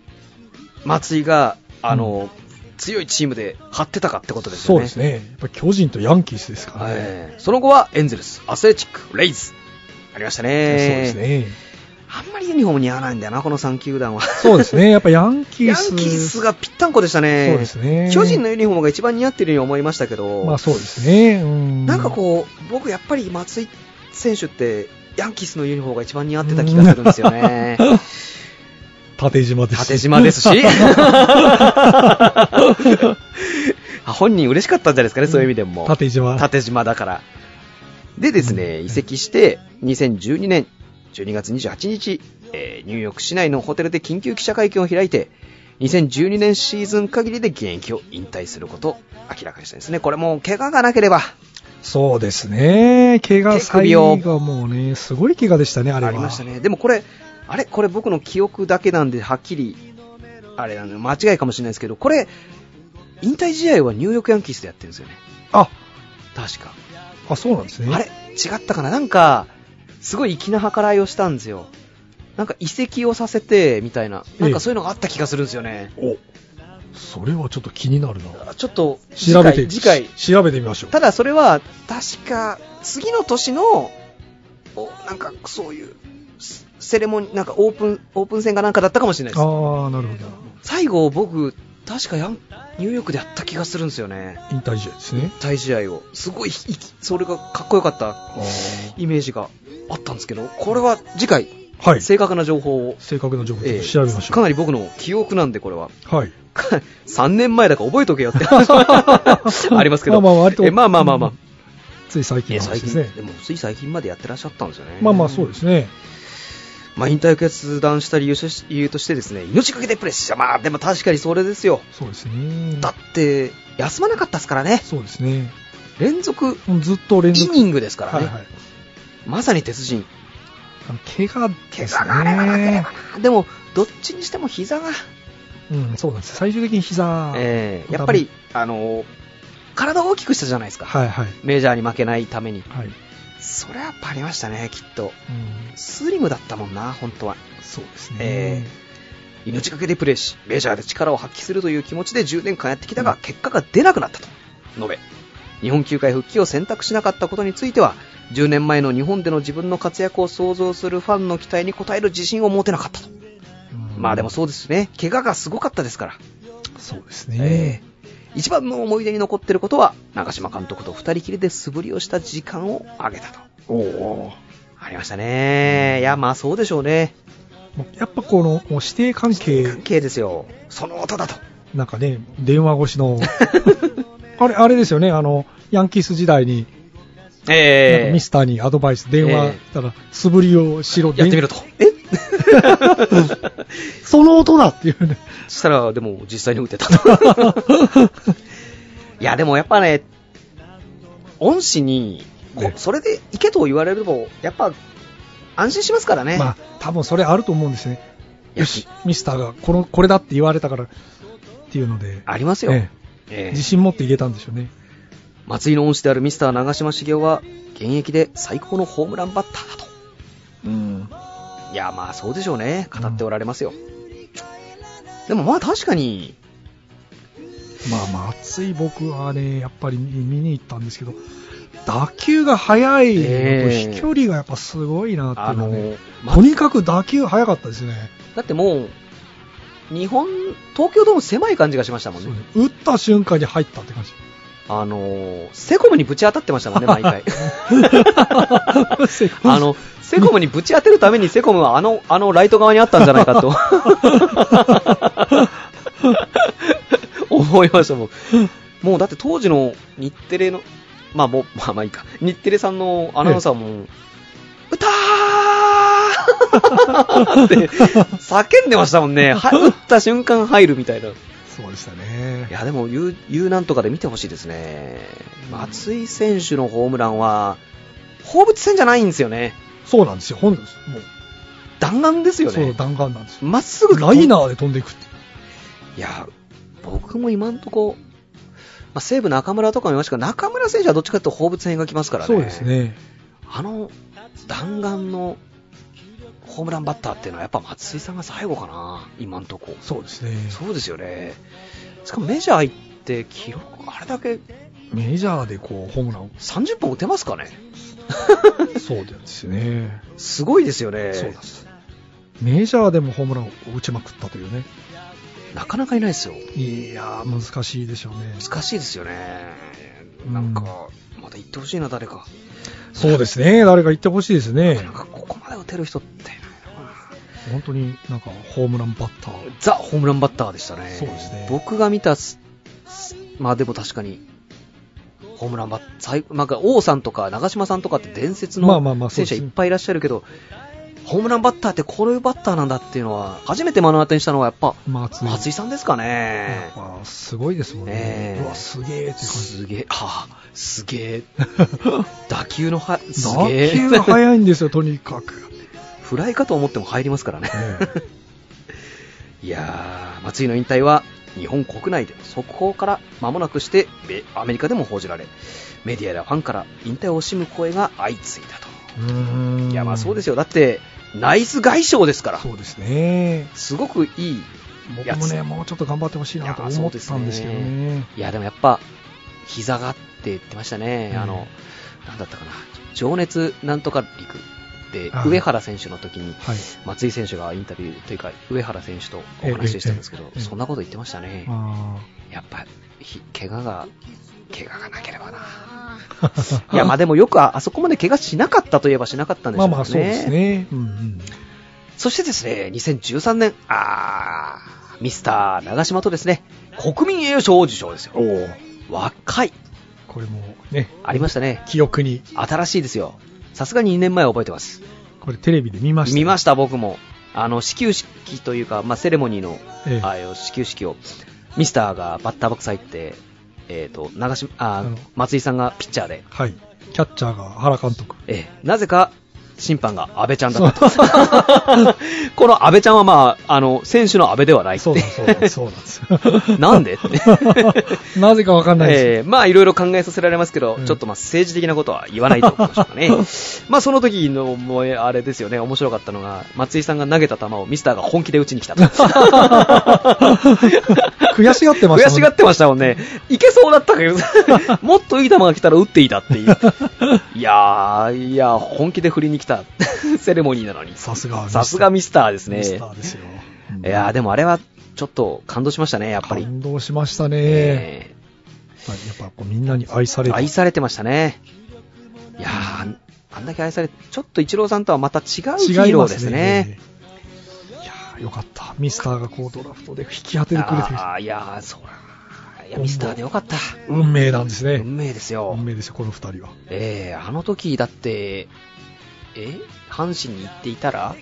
松井があの、強いチームで張ってたかってことです
そ
よ
う
ね。
ですね。やっぱ巨人とヤンキースですからね。
ええその後はエンゼルス、アスレチック、レイズ。ありましたね。
そうですね。
あんまりユニフォーム似合わないんだよな、この3球団は。
そうですね。やっぱヤンキ
ヤ
ー
ン
ス。
キースがぴったんこでしたね。
そうですね
巨人のユニフォームが一番似合ってるように思いましたけど、
まあそうですね。うん。
なんかこう、僕やっぱり松井選手って、ヤンキースのユニフォームが一番似合ってた気がするんです よね。
縦島です。
縦 島ですし。本人嬉しかったんじゃないですかね、そういう意味でも。
縦島。
縦島だから。でですね、移籍して、2012年12月28日、えーニューヨーク市内のホテルで緊急記者会見を開いて、2012年シーズン限りで現役を引退することを明らかにしたんですね。これもう怪我がなければ、
そうですね。怪我
手首を
最後はもうね、すごい怪我でしたね、あれは。
ありましたね。でもこれ、あれこれ僕の記憶だけなんで、はっきり、あれなの、間違いかもしれないですけど、これ、引退試合はニューヨークヤンキースでやってるんですよね。
あ、
確か。
あ、そうなんですね。
あれ違ったかななんか、すごい粋な計らいをしたんですよ。なんか遺跡をさせて、みたいな。なんかそういうのがあった気がするんですよね。
お、それはちょっと気になるな。
ちょっと、次
調べて、
回、次回。
し調べてみましょう。
ただそれは、確か、次の年の、おなんかそういう、セセレモニー、なんかオープン、オープン戦かなんかだったかもしれないです。
ああ、なるほど。
最後僕確かヤンニューヨークでやった気がするんですよね
引退試合ですね。
対試合をすごいいそれがかっこよかった
あー
イメージがあったんですけどこれは次回、
はい。
正確な情報を、
正確な情報を
ええ
調べまし
か
ょ
なり僕の記憶なんでこれは
う。はい。
か3年前だから覚えとけよって ありますけど
まあまあ割と
えまあまあまあまあ、
つい最近
え
の話
最
で
近
すね。
でもつい最近までやってらっしゃったんですよね
まあまあそうですね。
まあ、引退を決断した理由し理由としてですね、命かけてプレッシャー。まあ、でも確かにそれですよ。
そうですね。
だって、休まなかったですからね。
そうですね。
連続、
もうずっと連
イ
続。
ニングですからね。
はいはい。
まさに鉄人。
あの怪我で
怪
す
我があればなけれ
ね
ば。な。でも、どっちにしても膝が、
うん、そうなんです。最終的に膝。
えーやっぱり、あのー体を大きくしたじゃないですか。
はいはい。
メジャーに負けないために。
はい。うん、
それはやっぱありましたね、きっと。スリムだったもんな、本当は。
そうですね。
え命がけでプレーし、メジャーで力を発揮するという気持ちで10年間やってきたが、結果が出なくなったと述べ、日本球界復帰を選択しなかったことについては、10年前の日本での自分の活躍を想像するファンの期待に応える自信を持てなかったと。
うん
まあでもそうですね、怪我がすごかったですから。
そうですね。
一番の思い出に残ってることは、長嶋監督と二人きりで素振りをした時間をあげたと。
おお。
ありましたね。いや、まあそうでしょうね。
もうやっぱこの、もう指定関係、
関係ですよ。その音だと。
なんかね、電話越しの、 あれ、あれですよね、あの、ヤンキース時代に、なん
え
かミスターにアドバイス、電話したら、素振りをしろ、
やってみろと。え
でその音だっていうね。
そしたら、でも実際に打てた と。いや、でもやっぱね、恩師に、こ
ね
それで行けと言われると、やっぱ安心しますからね。
まあ、多分それあると思うんですね。
いや
よし、ミスターがこの、これだって言われたから、っていうので、
ありますよ。
ええ
ええ
自信持っていけたんでしょうね。
松井の恩師であるミスター長嶋茂雄は、現役で最高のホームランバッターだと。
うん。
いや、まあそうでしょうね。語っておられますよ。でもまあ確かに、
まあまあ、暑い僕はね、やっぱり見見に行ったんですけど、打球が速いのと
ええ
飛距離がやっぱすごいなって
あ
いうのは
の
ね、、
ま
とにかく打球速かったですね。
だってもう、日本、東京ドーム狭い感じがしましたもん
そ
ね
う。ね打った瞬間に入ったって感じ。
あのーセコムにぶち当たってましたもん ね、毎回。あの、セコムにぶち当てるためにセコムはあの、あのライト側にあったんじゃないか と。思いましたもん。もうだって当時の日テレの、まあもう、まあまあいいか。日テレさんのアナウンサーも、歌ーって叫んでましたもんね。は打った瞬間入るみたいな。
そうでした
い
ね。
や、でも、ゆう、ゆうなんとかで見てほしいですね。松井選手のホームランは、放物線じゃないんですよね。
そうなんですよ。本も
弾丸です
う、
よ
そう
ね。
弾丸なんですよ。
まっすぐ
ライナーで飛んでいくって。
ー。いや、僕も今んとこ、まあ、西武中村とかもいましたけど、中村選手はどっちかというと放物線描きますからね。
そうです。ね。
あの、弾丸の、ホームランバッターっていうのはやっぱ松井さんが最後かな、今んとこ。
そうですね。
そうですよね。しかもメジャー行って記録、あれだけ
メジャーでこう、ホームランを。
30本打てますかね
そうですね。
すごいですよね。
そうなんです。メジャーでもホームランを打ちまくったというね。
なかなかいないですよ。
いやー、難しいでしょうね。
難しいですよね。なんか、また行ってほしいな、誰か。
そうですね。誰か言ってほしいです
なか
ね
な。かここまで打てる人っていない
本当になんか、ホームランバッタ
な
ー。
ザ・ホームランバッターでしたね。
そうですね
僕が見たす、すまあでも確かに、ホームランバッター、なんか王さんとか長嶋さんとかって伝説
まあまあま
の
あそう
選
ですね
手はいっぱいいらっしゃるけど、ホームランバッターってこういうバッターなんだっていうのは、初めて目の当たりにしたのはやっぱ、
松井。
松井さんですかね
や。っぱすごいですもんね。
ええ
うわ、すげえって感じ。
すげえ、はあ、すげえ。 打球のは、す
打
げえ
球。が速いんですよ、とにかく。
フライかと思っても入りますからね。
え
いやー、松井の引退は、日本国内で速報から間もなくして、米アメリカでも報じられ、メディアやファンから引退を惜しむ声が相次いだ
えうー
と。
ん
いや、まあそうですよ。だって、ナイス外傷ですから。
そうですね。
すごくいい。
僕もね、もうちょっと頑張ってほしいなと
いやそ
思
う
っ
です
た
ね
んですけどね。
いや、でもやっぱ、膝がって言ってましたね。
うん
あの、なんだったかな。情熱なんとか陸で
は、い
上原選手の時に、
はい。
松井選手がインタビューというか、上原選手とお話ししたんですけど
ええ、ええ
そんなこと言ってましたね。
あ
やっぱ、ひ怪我が、怪我がなければ な。
ー
いや、まあでもよくああそこまで怪我しなかったといえばしなかったんで
まあ
しょうね。
まあ、そうです。ね。うんうん。
そしてですね、2013年、あー、ミスター長島とですね、国民栄誉賞を受賞ですよ。若い。
これもね、
ありましたね。
記憶に。
新しいですよ。さすがに2年前は覚えてます。
これテレビで見ました、。
見ましたた、僕も。あの、始球式というか、まあ、セレモニーの、
ええ
ああいう始球式を、ミスターがバッターボックス入って、えっ、と、長島、あ
あの
松井さんがピッチャーで、
はい。キャッチャーが原監督。
ええなぜか、審判が安倍ちゃんだったと。 この安倍ちゃんはまあ、あの、選手の安倍ではないって
そうだ、そう だ、そうなんですよ。
なんでって
なぜかわかんないです。
ええまあいろいろ考えさせられますけど、
うん
ちょっとまあ政治的なことは言わないと思いましょう かね。まあその時のもうあれですよね、面白かったのが、松井さんが投げた球をミスターが本気で打ちに来たと。
悔しがってましたもんね
悔しがってましたもんね。いけそうだっ たけど、もっといい球が来たら打っていたっていう。いやー、いやー、本気で振りに来 たセレモニーなのに。
さすが、
さすがミスターですね。
ミスターですよ。
いやー、でもあれはちょっと感動しましたね、やっぱり。
感動しましたね。
ええ
はいやっぱこうみんなに愛される。
愛されてましたね。いやー、あんだけ愛されて、ちょっとイチローさんとはまた違うヒ
違い
ーロ
ま
ーですね。。
いやーよかった。ミスターがこうドラフトで引き当ててくれてる。
あーいやー、そうだ。いや、ミスターでよかった。
運命なんですね。
運命ですよ
運。命ですよ、この二人は。
ええあの時、だって、え阪神に行っていたら、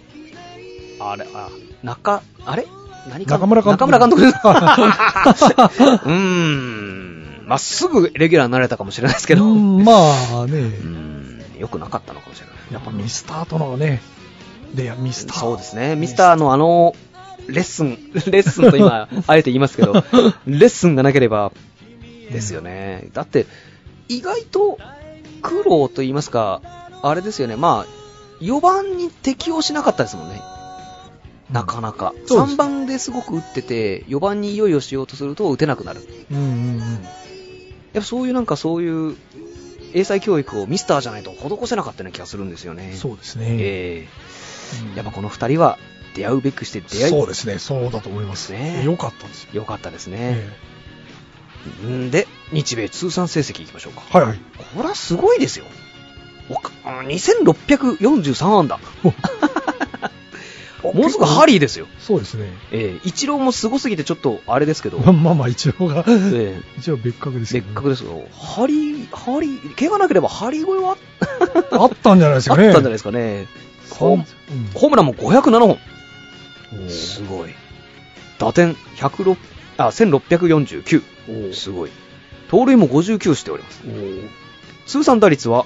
あれ、あ、中、あれ何か
中村監督
中村監督 うーん、まっすぐレギュラーになれたかもしれないですけど、
う
うん
まあね、
ーん、よくなかったのかもしれない。
やっぱミスターとのね、で、ミスター。
そうですね、ミスターのあのレッスン、レッスンと 今、あえて言いますけど、レッスンがなければですよね、だって、意外と苦労と言いますか、あれですよね、まあ、4番に適応しなかったですもんね、
うん
なかなか、
そうです
3番ですごく打ってて、4番にいよいよしようとすると打てなくなる、
うんうんうん。
やっぱそういうなんか、そういう英才教育をミスターじゃないと施せなかったような気がするんですよね。
そうですね。
え
う
え
ん
やっぱこの2人は出会うべくして出会い
そうですね、そうだと思います。
ね
よかったんですよ。
よかったです
え
ね。んで、日米通算成績いきましょうか。
えはいはい。
これはすごいですよ。おかあ2643安打。もうすぐハリーですよ。
そうですね。
えー、イチローもすごすぎてちょっとあれですけど、
まあまあまあ、一応が、
えー
一応別格です
せ
けど
っ
ね、
かくですけど、ハリー、ハリー、怪我なければハリー超えは
あったんじゃないです
あ
か
っ
ね。
たんじゃないですかね。
そう
ホホームランも507本。
うん
すごい。打点106あ
お
1649。
う
すごい。盗塁も59しております。
おー
通算打率は、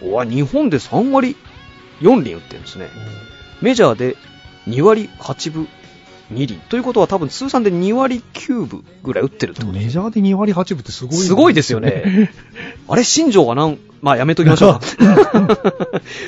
おわ日本で3割4厘打ってるんですね。メジャーで2割8分2厘。ということは多分通算で2割9分ぐらい打ってるって
で
こ
も
と
メジャーで2割8分ってすごい、
すごいですよね。あれ、新庄がなん、まあやめときましょう か。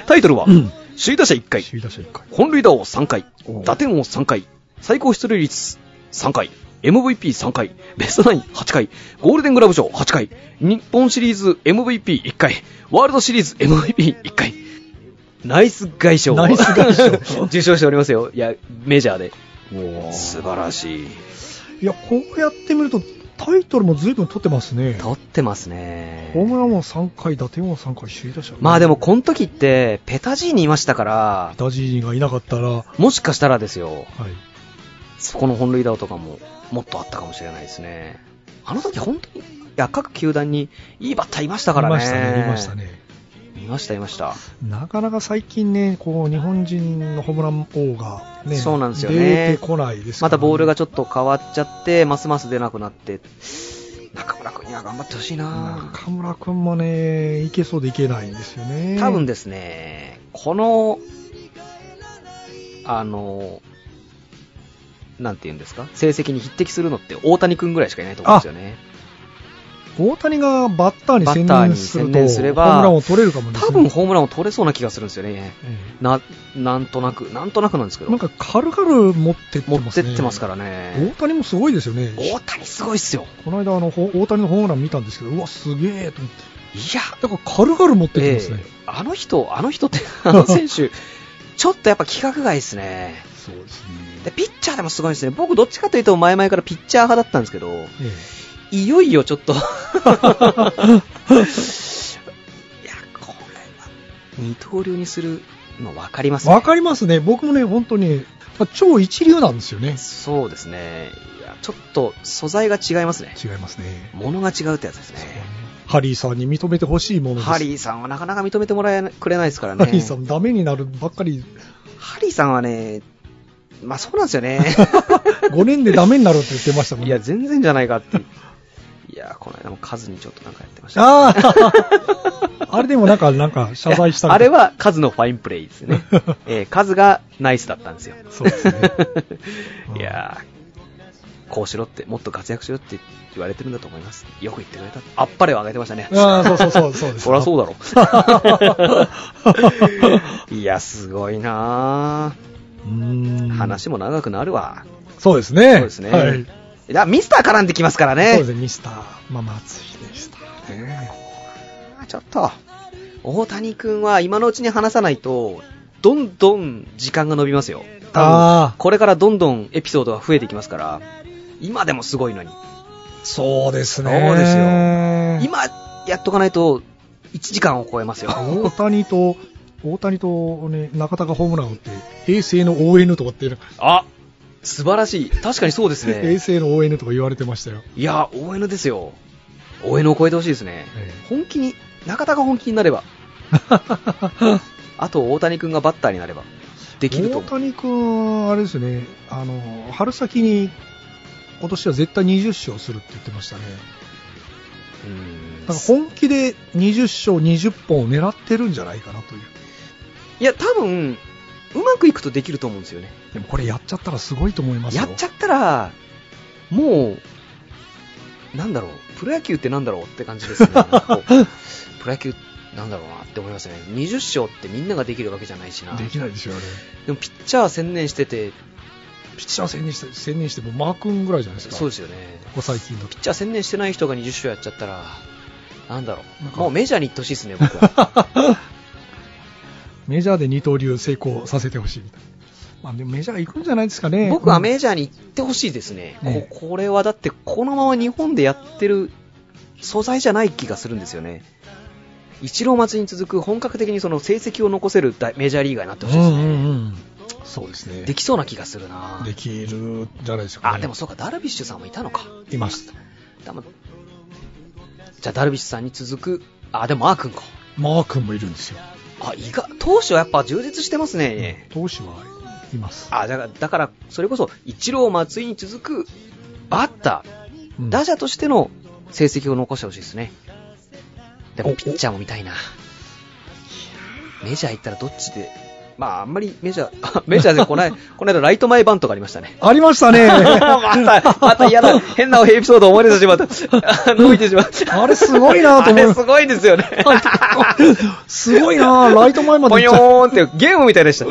タイトルは、
うん
首位打者1回、
首位打者1回。
本塁打王3回
お、う
打点王3回、最高出塁率3回、MVP3 回、ベストナイン8回、ゴールデングラブ賞8回、日本シリーズ MVP1 回、ワールドシリーズ MVP1 回、ナイス外賞を
ナイス外賞
受賞しておりますよ。いや、メジャーで。
おー
素晴らしい。
いや、こうやってみると、タイトルも随分取ってますね。
取ってますね。
ホームランも3回、打点も3回、首位打者。
まあでも、この時って、ペタジーにいましたから、
ダジーがいなかったら、は
もしかしたらですよ、
い。
そこの本塁打とかももっとあったかもしれないですね。あの時本当に、いや、各球団にいいバッターいましたからね。
いましたね、いました。ね。
いました、いました。
なかなか最近ね、こう、日本人のホームラン王がね、
そうなんですよね
出てこないですから
ま
ね
たボールがちょっと変わっちゃって、ますます出なくなって、中村君には頑張ってほしいな
中村君もね、いけそうでいけないんですよね。
多分ですね、この、あの、なんて言うんですか成績に匹敵するのって大谷君ぐらいしかいないと思うんですよね。
大谷がバッターに専
バッターに
念する
専
と、ホ
念すれ
ーム
ば
ランを取れるかもですね
多分ホームランを取れそうな気がするんですよね。
え
な、なんとなく、なんとなくなんですけ
えなん
ど、
か軽々持ってって
持
ま
っ
す
て
ね。
ってますから
大
ね。
谷もすごいですよね。
大谷すごいっすよ。
この間あの、ほ大谷のホームラン見たんですけど、うわ、すげえと思って。
いや、
だから軽々持ってき
え
ますね
え。あの人、あの人って、あ の選手、ちょっとやっぱ規格外ですね。
そうです
で、ピッチャーでもすごいですね。僕どっちかというと前々からピッチャー派だったんですけど、
ね。
いよいよちょ っと、いや、これは、二刀流にするの分かりますね。
わかりますね。僕もね、本当に、まあ超一流なんですよね。
そうですね。いや、ちょっと素材が違いますね。
違いますね。
物が違うってやつです
そう
ね。
ねハリーさんに認めてほしいものです。
ハリーさんはなかなか認めてもらえなくれないですからね。
ハリーさん、ダメになるばっかり、
ハリーさんはね、まあそうなんですよ ね。
5年でダメになるって言ってましたもん
い
ね
や、。全然じゃないかって。いや、この間もカズにちょっとなんかやってましたね、
あ ああれでもなんか、なんか謝罪した
い
り
やあれはカズのファインプレイで すね。えーカズがナイスだったんですよ。
そうですね。
いやー、こうしろって、もっと活躍しろって言われてるんだと思います。よく言ってくれた。あっぱれをあげてましたね。
ああ、そうそうそう、そうです。
そりゃそう
う
だ ろ。いや、すごいな
ーん
ー。。話も長くなるわ。
そうですね。
そうですね。
はい。
いや、ミスター絡んできますから
そ
ね。
うですね、ミスター、まあ、松井でした。
ねえちょっと、大谷君は今のうちに話さないと、どんどん時間が伸びますよ。
あー
これからどんどんエピソードが増えていきますから、今でもすごいのに。
そうですね。
そうですよ今、やっとかないと、1時間を超えますよ。
大谷と、大谷とね、中田がホームランを打って、平成の ON とかっていうの、
あ素晴らしい。確かにそうです
平
ね。
成の ON とか言われてましたよ。
いや、応援のですよ。応援のを超えてほしいですね。
え
本気に、中田が本気になれば、
え
あと大谷君がバッターになれば、できる
大
と思う。
谷君、あれですね、あの、春先に、今年は絶対20勝するって言ってましたね。
うん
だから本気で20勝20本を狙ってるんじゃないかなという。
いや、多分、うまくいくとできると思うんですよね。
でもこれやっちゃったらすごいと思いますよ。
やっちゃったら、もう、なんだろう、プロ野球ってなんだろうって感 じですね。なんかこうプロ野球なんだろうなって思いますね。20勝ってみんなができるわけじゃないしな。
できないですよね。
でもピッチャー専念してて、
ピッチャー専任して、専任してもうマー君ぐらいじゃないですか。
そ
こ
うですよね。
こ最近の
ピッチャー専念してない人が20勝やっちゃったら、なんだろ
なん
う。
か
もうメジャーに行ってほしいですね、僕は。
メジャーで二刀流成功させてほしいみたいな。まあでもメジャー行くんじゃないですかね。
僕は
うん
メジャーに行ってほしいですね、
ね
ここれはだって、このまま日本でやってる素材じゃない気がするんですよね、一郎松に続く本格的にその成績を残せる大メジャーリーガーになってほしいですね、
うんうんうん。そうですね。
できそうな気がするな、
できるんじゃないですか、ね。
あでもそうか、ダルビッシュさんもいたのか、
いました。
だまじゃあ、ダルビッシュさんに続く、あでもマー君か、
マー君もいるんですよ。
あ意外投手はやっぱ充実してますね、
投手はいます。
あだからだからそれこそ一郎松井に続くバッター。
うん
打者としての成績を残してほしいですね。で
お
も
お
ピッチャーも見たいな。メジャー行ったらどっちで、まああんまりメジャー、 メジャーで こない、この間ライト前バントがありましたね。
ありましたね。
また、 また嫌 な、変なエピソードを思い出してしまった。 伸びてしまった。
あれすごいなと思う
あれすごいですよね。
すごいなライト前まで行
ポ
っ
ヨ
ちゃ
ーンってゲームみたい でした。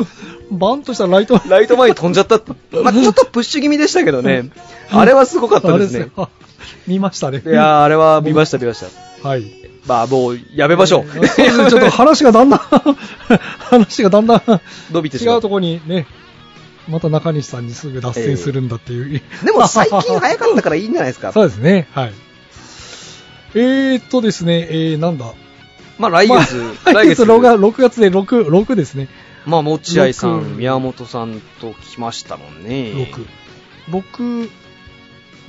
バンとしたらライト前
ライト前に飛んじゃった。まあちょっとプッシュ気味でしたけどね。あれはすごかったです
あ
ね
れ。よ見ましたね。
いやー、あれは見ました見ました。
はい。
まあもうやめましょう。
そうですねちょっと話がだ んだん話がだんだん
伸びてし
違
ま
う
う
と。こにね、また中西さんにすぐ脱線するんだっていう。
でも最近早かったからいいんじゃないですか。
そうですね。はい。えーっとですね、えー、なんだ。
まあ来月、
まあ来月6
ま
月、6月で6、6ですね。
あ持合さ
六
ん、宮本さんと来ましたもんね。
6。6、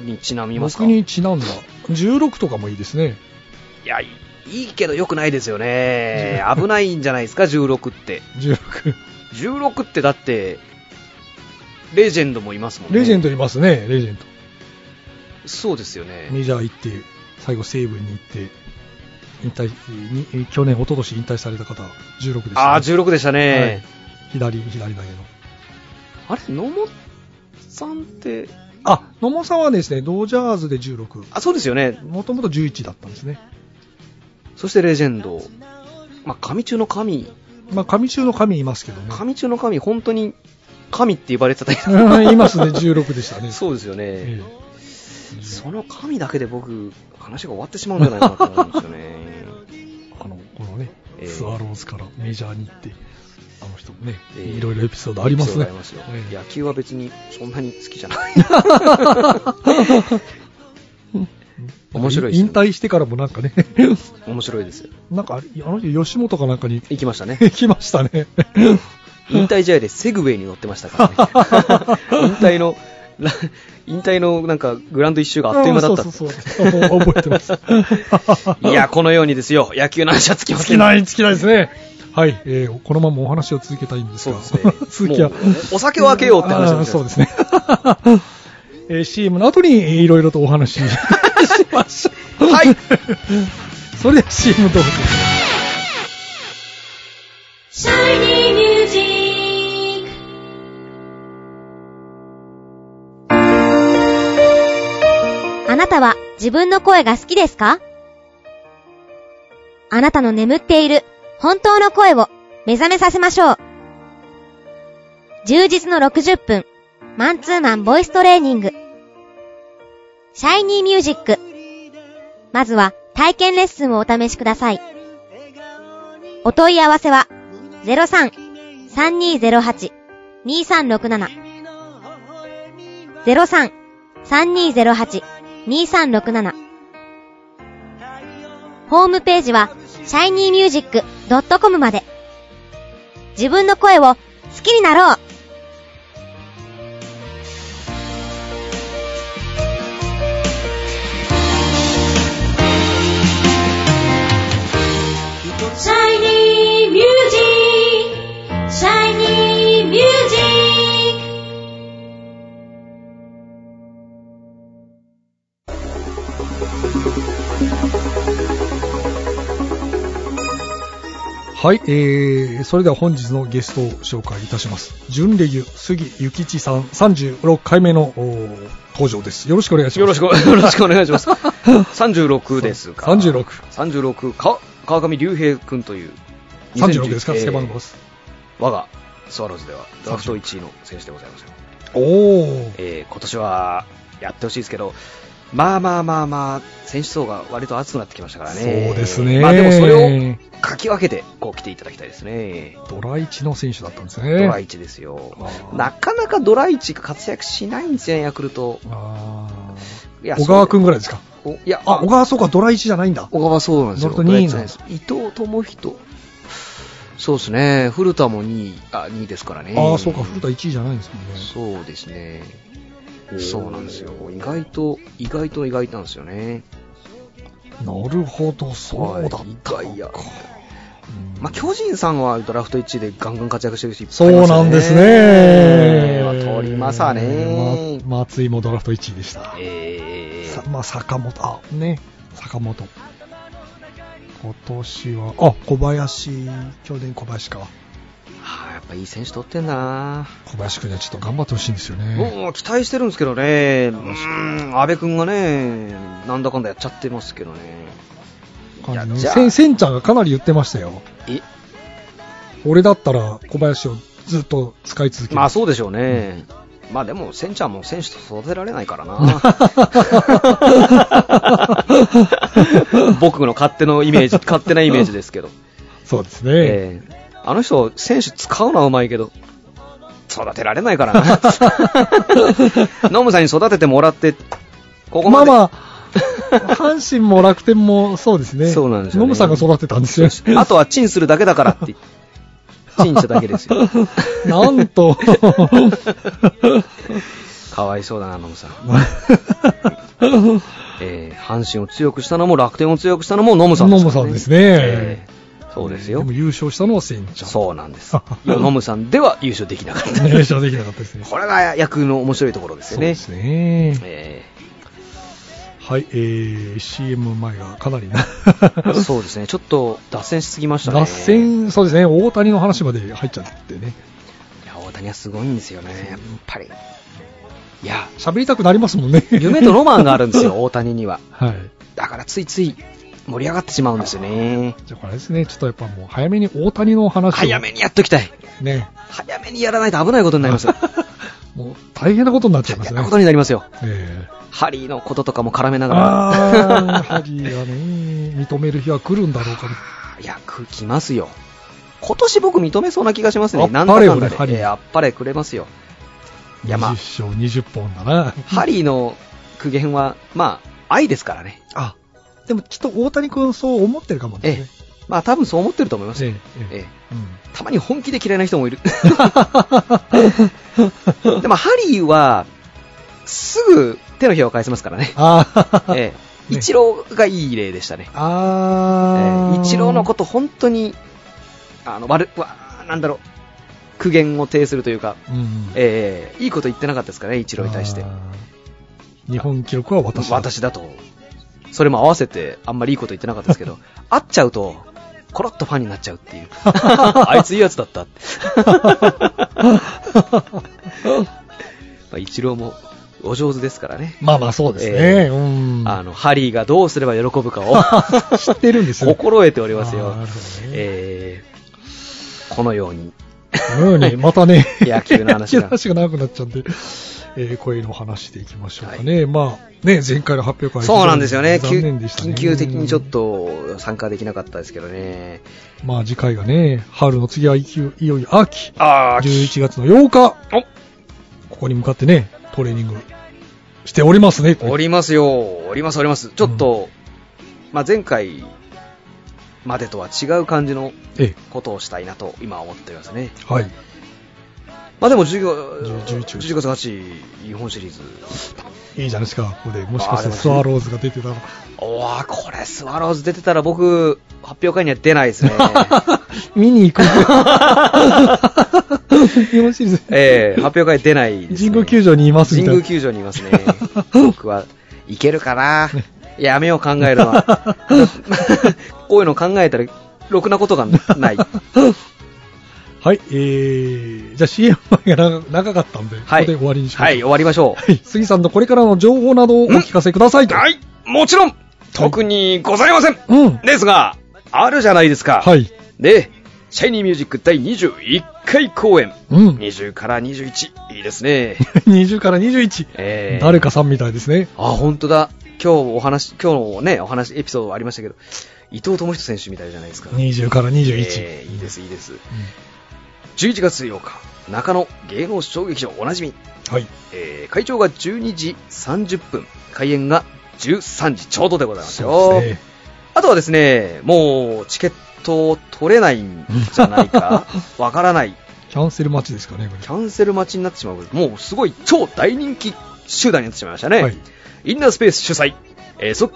にちなみますか。
6
い
にちなんだ。16とかもいいですね。
や、いいけど良くないです よね。危ないんじゃないですか、16って。
16。
16ってだって、レジェンドもいますもんね。
レジェンドいますね、レジェンド。
そうですよね。
メジャー行って、最後西武に行って、引退、にえー去年、一昨年引退された方、16です、ね。
ああ、16でした
はい
ね。
左、左投げの。
あれ、野茂さんって、
あ、野茂さんはですね、ドジャーズで16。
あ、そうですよね。
もともと11だったんですね。
そしてレジェンド。まあ、神中の神
まあ、神中の神いますけどね。
神中の神、本当に神って呼ばれてたけ ど
うんいますね、16でしたね。
そうですよね、
ええ
その神だけで僕、話が終わってしまうんじゃないかなと思うんですよね。
あの、このね、
ええ
スワローズからメジャーに行って、あの人もね、
ええ
いろいろエピソード ありますね。
そうありますよ
ええ
野球は別にそんなに好きじゃない。面白いですよ
引退してからもなんかね、
面白いですよ。
なんかあれ、あの人、吉本かなんかに
行きましたね。
行きました ね。
引退試合でセグウェイに乗ってましたからね。引退のら引退のなんかグラウンド一周があっという間だった
そうそうそう。覚えてます。
いや、このようにですよ、野球の話はつきませ
尽き
ん。
ない、尽きないですね。はい、えーこのままお話を続けたいん です
そう
が、。
ですね
続きは
も。うお酒を開けようって話
あ
を
ー
し
そう
て
ですね。 えー CM の後にいろいろとお 話ししましょう。
はい。
それでは CM どうぞ。
Shiny Music! あなたは自分の声が好きですかあなたの眠っている本当の声を目覚めさせましょう。充実の60分、マンツーマンボイストレーニング。シャイニーミュージック。まずは体験レッスンをお試しください。お問い合わせは03-3208-2367 03-3208-2367ホームページは shinymusic.com まで自分の声を好きになろうシャイニーミュージックシャイニーミュージッ
はい、えー、それでは本日のゲストを紹介いたします。準レギュ杉ゆきちさん、36回目のおー登場です。よろしくお願いし
よ
ま
ろ
す。
しく、よろしくお 願いします。36ですか。
36。
36か、川上隆平君という。
36ですか、
2010
背番号です。
我がスワローズではドラフト1位の選手でございますよ。
おー。
えー今年はやってほしいですけど、まあまあまあまあ、選手層が割と厚くなってきましたからね。
そうですね。
まあでもそれをかき分けて、こう来ていただきたいですね。
ドラ1の選手だったんです
ド
ね。
ラ1ですよ。なかなかドラ1が活躍しないんですよね、ヤクルト。
あ
い
ー
や
小川君ぐらいですか。
そうおいや、
あ、小川、そうか、ドラ1じゃないんだ。
小川そうなんですよ。
ドラフト2位なん
ドラ一なんです伊藤智人。そうですね。古田も2位、あ、2位ですからね。
ああ、そうか、古田1位じゃないんですもんね。
そうですね。
おー
そうなんですよ。意外と、意外と意外なんですよね。
なるほど、そうだったのか。
はい意外や
うん
まあ、巨人さんはドラフト1位でガンガン活躍してるし、
そうなんですね。
取りまさね。
ま松井もドラフト1位でした。
え
さ
ー、
まあ、坂本、あ、ね、坂本。今年は、あ、小林、去年小林か。
はあ、やっぱいい選手取ってんだな、
小林君にはちょっと頑張ってほしいんですよ
う
ね。
ん期待してるんですけどね、うーん、安倍君がね、なんだかんだやっちゃってますけどね。いや
あの
じゃあ
せんせんちゃんがかなり言ってましたよ。
え
俺だったら小林をずっと使い続ける。
まあそうでしょうね。まあでも、センちゃんも選手と育てられないから な。僕の勝手のイメ ージ、勝手なイメージですけど。
そうですね。
ええあの人、選手使うのはうまいけど、育てられないから な。ノムさんに育ててもらって、ここ
まあ
まで。
まあ、阪神も楽天もそうですね。
そうなんですよね
ノムさんが育てたんですよ。
あとはチンするだけだからって。チンしただけですよ。
なんと。
かわいそうだな、ノムさん。えー阪神を強くしたのも楽天を強くしたのもノムさんから
ノムさんですね
ーそうですよ
でも。優勝したのはセンちゃん。
そうな んです。ノムさんでは優勝できなかった。
優勝できなかったですね。
これが野球の面白いところです
そう
よね。
ですね。
え
はい、えー、CM 前がかなりな。
ー そうですね。ちょっと脱線しすぎましたね。
脱線、そうですね。大谷の話まで入っちゃってね。
いや、大谷はすごいんですよね。やっぱり。いや、
喋りたくなりますもんね。
夢とロマンがあるんですよ、大谷には。
はい。
だからついつい盛り上がってしまうんですよね。
じゃあこれですね、ちょっとやっぱもう早めに大谷の話を。
早めにやっときたい。
ね。
早めにやらないと危ないこと になりますよ。
もう大変なことになっちゃい
大
ます
変
ね
なこ。とになりますよ。
ええ
ハリーのこととかも絡めながら。
ああ、ハリーはね、認める日は来るんだろうか。
いや、空気ますよ。今年僕認めそうな気がします
あ
ね。
っぱれ
なんだか
よねハ
んだ
リー
で。えーあっぱれくれますよ。いやまあ
20勝20本だな。
ハリーの苦言は、まあ、愛ですからね。
あ、でもきっと大谷君そう思ってるかも
ええ。まあ、多分そう思ってると思います
え
よ。
ええ
え
えうん
えたま に本気で嫌いな人もいる。でも、ハリーは、すぐ手のひらを返せますからね。
ああ、
ええ、
ね
イチローがいい例でしたね。え
あ
え
ー
イチローのこと本当に、あの、悪、わーなんだろう、苦言を呈するというか、
うん
ええいいこと言ってなかったですかね、イチローに対して
あ。ー日本記録は私だ
私だと。それも合わせて、あんまりいいこと言ってなかったです けど、会っちゃうと、コロッとファンになっちゃうっていう。あいついいやつ だったって。まあ、イチローもお上手ですからね。
まあまあそうですね、
ええ
うん
あの、ハリーがどうすれば喜ぶかを
知ってるん ですね
心得ておりますよ
あーなるほどね。
えーこのように。、
このように、またね
野球の話が
野球の話が長くなっちゃうんで、えー、声の話でいきましょうかね。まあ、ね、前回の発表会
そうなんですよね。
残念でしたね。
緊急的にちょっ。と参加できなかったですけどね。
まあ次回がね、春の次はいきいよいよ秋。
あー、
11月の8日、
お
ここに向かってね、トレーニングしておりますね。
おりますよ。おりますおります。ちょっと、まあ、前回までとは違う感じの
え
ことをしたいなと今思っていますね。
え、はい。
まあ、でも10月
11
11月8日日本シリーズ。
いいじゃないですか、ここで。もしかし
あーで
て
も
スワローズが出てたら。
おわこれスワローズ出てたら僕、発表会には出ないですね。
見に行 く。 日本シリーズ。
ええ発表会出ないです、
神
ね。
宮球場にいますみたい
神
な
宮球場にいま すね。僕は、いけるかなやめよう考えるのは。 こういうの考えたら、ろくなことがない。
はい、えー、じゃあ CM 前が長長かったんで、
は
こ
い。
こで終わりにしましょう。
はい、終わりましょう。
はい杉さんのこれからの情報などをお聞かせくださいと。
はい、もちろん、特にございません。
うん。
ですが、あるじゃないですか。
はい。
で、シャイニーミュージック第21回公演。
うん。
20から21。いいで すね。
20から21。
ええ
誰かさんみたいですね。
あ、本当だ。今日お話、今日のね、お話、エピソードありましたけど、伊藤智人選手みたいじゃないですか。
20から21。
えーいいです、いいです。
う
11月8日、中野芸能小劇場おなじみ、
んはい。
えー、会場が12時30分、開演が13時ちょうどでございます
そ
よ。
うですね。
あとはですね、もうチケット取れないんじゃな いか、わからない、
キャンセル待ちですかね、こ
キャンセル待ちになってしまう、もうすごい超大人気集団になってしまいましたね。
れ。はい。
インナースペース主催、えー即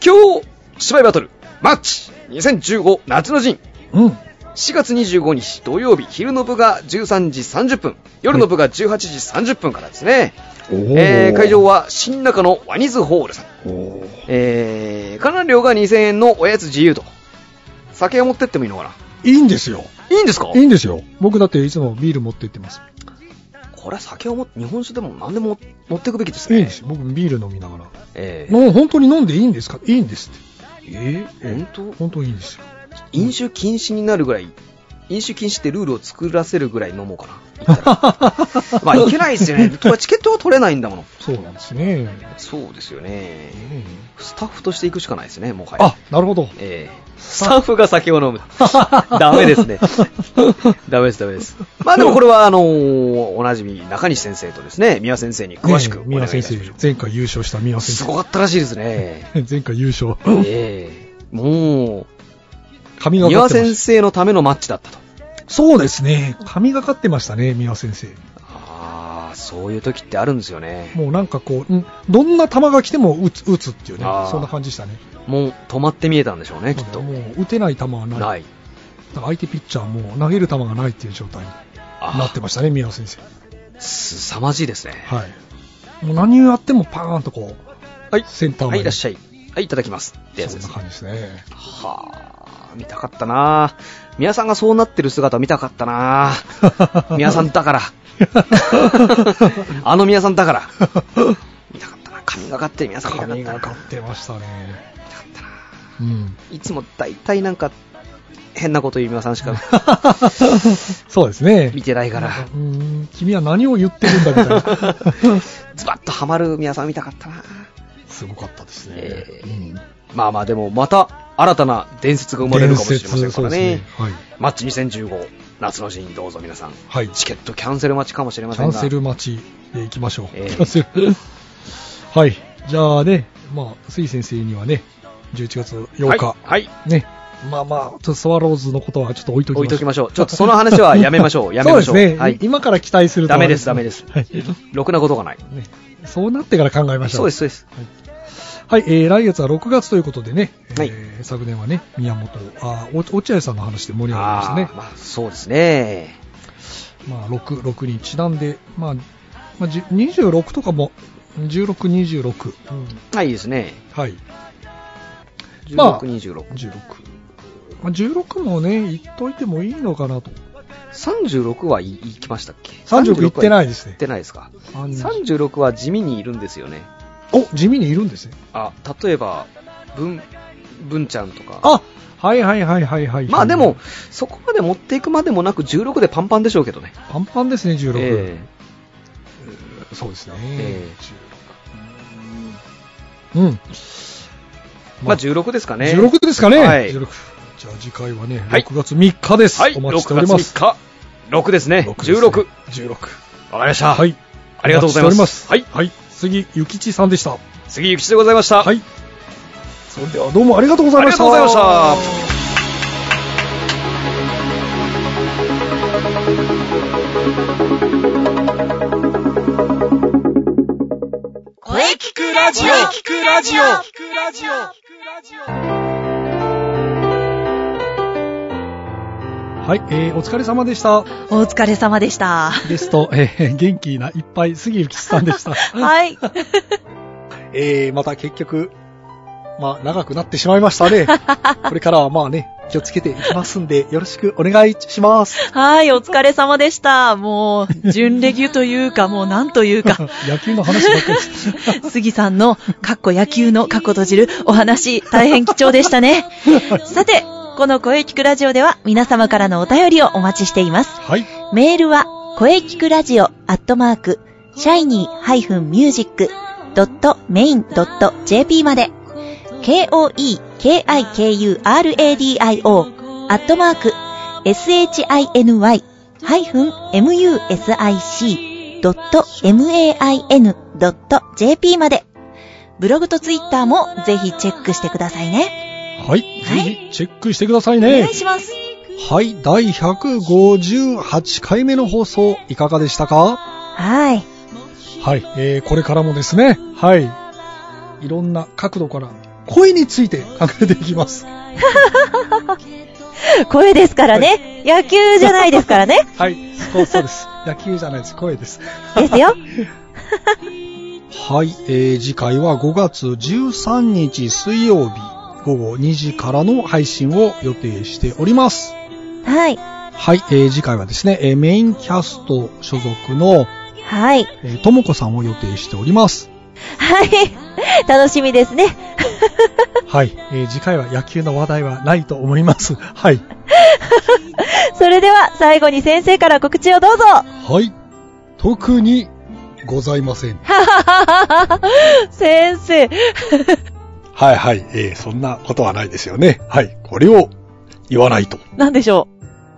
興芝居バトル、マッチ !2015 夏の陣
うん。
4月25日土曜日、昼の部が13時30分、夜の部が18時30分からですね。えー会場
は。
は新中のワニズホールさん。
おー
えー、観覧料が2000円のおやつ自由と。酒を持ってってもいいのかない
いんですよ。
いいんですか
いいんですよ。僕だっていつもビール持って行ってます。
これは酒を持って、日本酒でも何でも持ってくべきです
い
ね。
いんですよ。僕ビール飲みながら。
えー
もう本当に飲んでいいんですかいいんですって。
えー、本当
本当にいいんですよ。
飲酒禁止になるぐらい、飲酒禁止ってルールを作らせるぐらい飲もうかな。行ったらまあ、いけないですよ ね。とはチケットは取れないんだもの。
そうなんですね。
そうですよね。スタッフとして行くしかないですね、もはや。
あ、なるほど。
ええスタッフが酒を飲む。 ダメですね。ダメです、ダメです。まあでもこれは、あのーおなじみ、中西先生とですね、宮先生に詳しく
ね
お
え
願
宮
いいたし
先
まし
生
ょう。、
前回優勝した宮
す
先
ごかったらしいですね。
生。前回優勝。
ええもう、
髪がか
宮
ってま
先
し
生のためのマッチだったと。
た。そうですね。髪がかってましたね、宮先生。
ああ、そういう時ってあるんですよね。
もうなんかこう、んどんな球が来ても打つ、打つっていうね
あー。
そんな感じでしたね。
もう止まって見えたんでしょうね、きっと。
もう打てない球はない。
ない。
だから相手ピッチャーも投げる球がないっていう状態にな
あ
ってましたね、宮先生。
あ、すさまじいですね。
はい。もう何をやってもパーンとこう、
はい
センター
はい、いら
ゃ
っしゃい。はい、いただきます。ってやつで
そん
す
な。感じですね。
はあ、見たかったな宮さんがそうなってる姿見たかった な宮さんだから。あの宮さん だから。見たかったな神がかってる宮さん見たかった
髪が
な
かってましたね。うん。
いつも大体なんか、変なこと言う宮さんしか
そうですね。
見てない から、
うーん、君は何を言ってるんだみたい な。
ズバッとハマる宮さん見たかったな
すごかったですね。
ええ
うん
まあまあでも、また新たな伝説が生まれるかもしれませんからね
伝。説そうですね
マッチ2015、夏のシーンどうぞ皆さん。
はい。はい。
チ
キ
ケットキャンセル待ちかもしれませ
ャ
ん
ン
が。
セル待ちで行きましょう。
ええ
キャンセル。はい。じゃあね、まあ、スイ先生にはね、11月8日、
はい。はい
ね、まあまあ、ちょっとスワローズのことはちょっと置いときましょう。
置いときましょう。ちょっとその話はやめま しょう。やめましょ
そう
う。
ですね。
はい。
今から期待すると
ダメです、ダメです。
はい。
ろくなことがない。
ねそうなってから考えましょう。
そうです、そうです。
はい、えー、来月は6月ということでね、
はい
えー昨年はね、宮本、あーお落合さんの話で盛り上が
あ
りまし
ーまあ、そうですね。
たね。まあ、6、6にちなんで、まあ、まあ、じゅ26とかも、16、26。うん
はい、いいですね。
はい。
16、
まあ
26。
16。まあ、16もね、言っといてもいいのかなと。
36はい、いきましたっけ
36言ってないです
言
ね
っ。てないですか。
30
36は地味にいるんですよね。
お、地味にいるんですね。
あ、例えば、文、文ちゃんとか。
あはいはいはいはいはい。
まあでも、、そこまで持っていくまでもなく16でパンパンでしょうけどね。
パンパンですね、16。
え
そうですね。
え
16。うん。
えまあ16ですかね。
16ですかね。
はい
16。じゃあ次回はね、
はい
6月3日です。
はい、
お
6
待ちしており
月
ます。
3日。6ですね。
六ですね
16。わか
16。
りました。
はい。
ありがとうございま
お
す。
待ちしてお
はい
り。ますはい。次、ゆきちさんでした。
杉ゆきちでございました。
はい。それではどうもありがとうございました。
ありがとうございました。
声聞くラジオ聞くラジオ
はい、えー、お疲れ様でした。
お疲れ様でした。
ゲスト、えー、元気ないっぱい、杉ゆきさんでした。
はい。
えー、また結局、まあ、長くなってしまいました ね。これからはまあね、気をつけていきますんで、よろしくお願いし ます。
はい、お疲れ様でした。もう、準レギュというか、もうなんというか、
野球の話ばっかりです。
杉さんの、かっこ野球のかっこ閉じるお話、大変貴重でしたね。さて、この声聞くラジオでは、皆様からのお便りをお待ちしています。
はい。
メールは、声聞くラジオ、アットマーク、シャイニー -music.main.jp まで、k-o-e-k-i-k-u-r-a-d-i-o、アットマーク、shiny-music.main.jp まで、ブログとツイッターもぜひチェックしてくださいね。
はい。ぜひ、チェックしてください
お
ね
願い。します。
はい。第158回目の放送、いかがでしたか
はい。
はい。えー、これからもですね、はい。いろんな角度から、声について考えていきます。
声ですからね。野球じゃないですからね。
はい。そうそうです。 野球じゃないです。声です。
です よ。
はい、えー次回は5月13日水曜日午後2時からの配信を予定しております。
はい。
はい、えー次回はですね、えーメインキャスト所属の
はい。
えーともこさんを予定しており ます。
はい。 楽しみですね。
はい、えー次回は野球の話題はないと思います。はい。
それでは最後に先生から告知をどうぞ。
はい、特にございません。
先生。
はいはい、えーそんなことはないですよね。はい、これを言わないと。
なんでしょ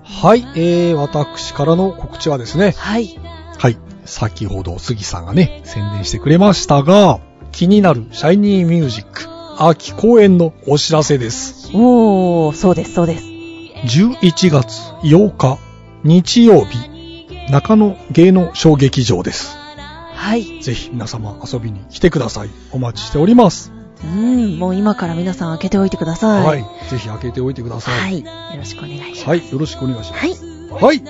はい、えー私からの告知はですね
う。、はい。
はい。先ほど杉さんがね、宣伝してくれましたが、気になるシャイニーミュージック秋公演のお知らせです。
おー、そうです、そうです。
11月8日日曜日、中野芸能小劇場です。
はい。
ぜひ皆様遊びに来てください。お待ちしております。
うん、もう今から皆さん開けておいてください。
はい。。ぜひ開けておいてください。
はい。よろしくお願いします。
はい。よろしくお願いしま
はい。
す。はい。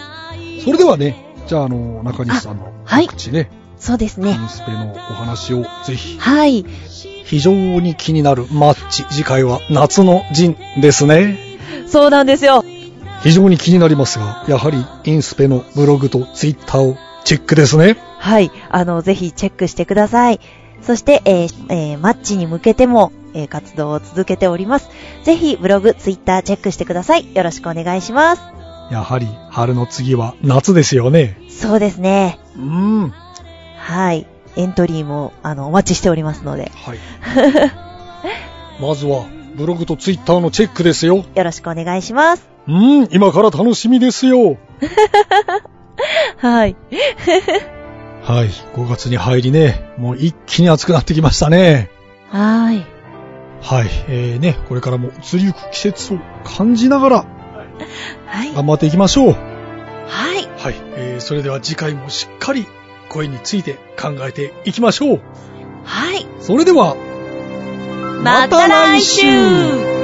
それではね、じゃあ、あの、中西さんの
はい
告知ね、
そうです
イ
ね。
ンスペのお話をぜひ
はい。
非常に気になるマッチ。次回は夏の陣ですね。
そうなんですよ。
非常に気になりますが、やはりインスペのブログとツイッターをチェックですね。
はい。あの、ぜひチェックしてください。そして、えーえーマッチに向けても、えー活動を続けております。ぜひ、ブログ、ツイッターチェックしてください。よろしくお願いします。
やはり春の次は夏ですよね。
そうですね。
うん。
はい。エントリーも、あの、お待ちしておりますので、
はい。 まずはブログとツイッターのチェックですよ。
よろしくお願いします。
うん、今から楽しみですよ。
はい。
はい、5月に入りね、もう一気に暑くなってきましたね。
はい。
はい、えーね、これからも移りゆく季節を感じながら
はい。
頑張っていきましょう。
はい。
はい、えーそれでは次回もしっかり声について考えていきましょう。
はい。
それでは、
また来週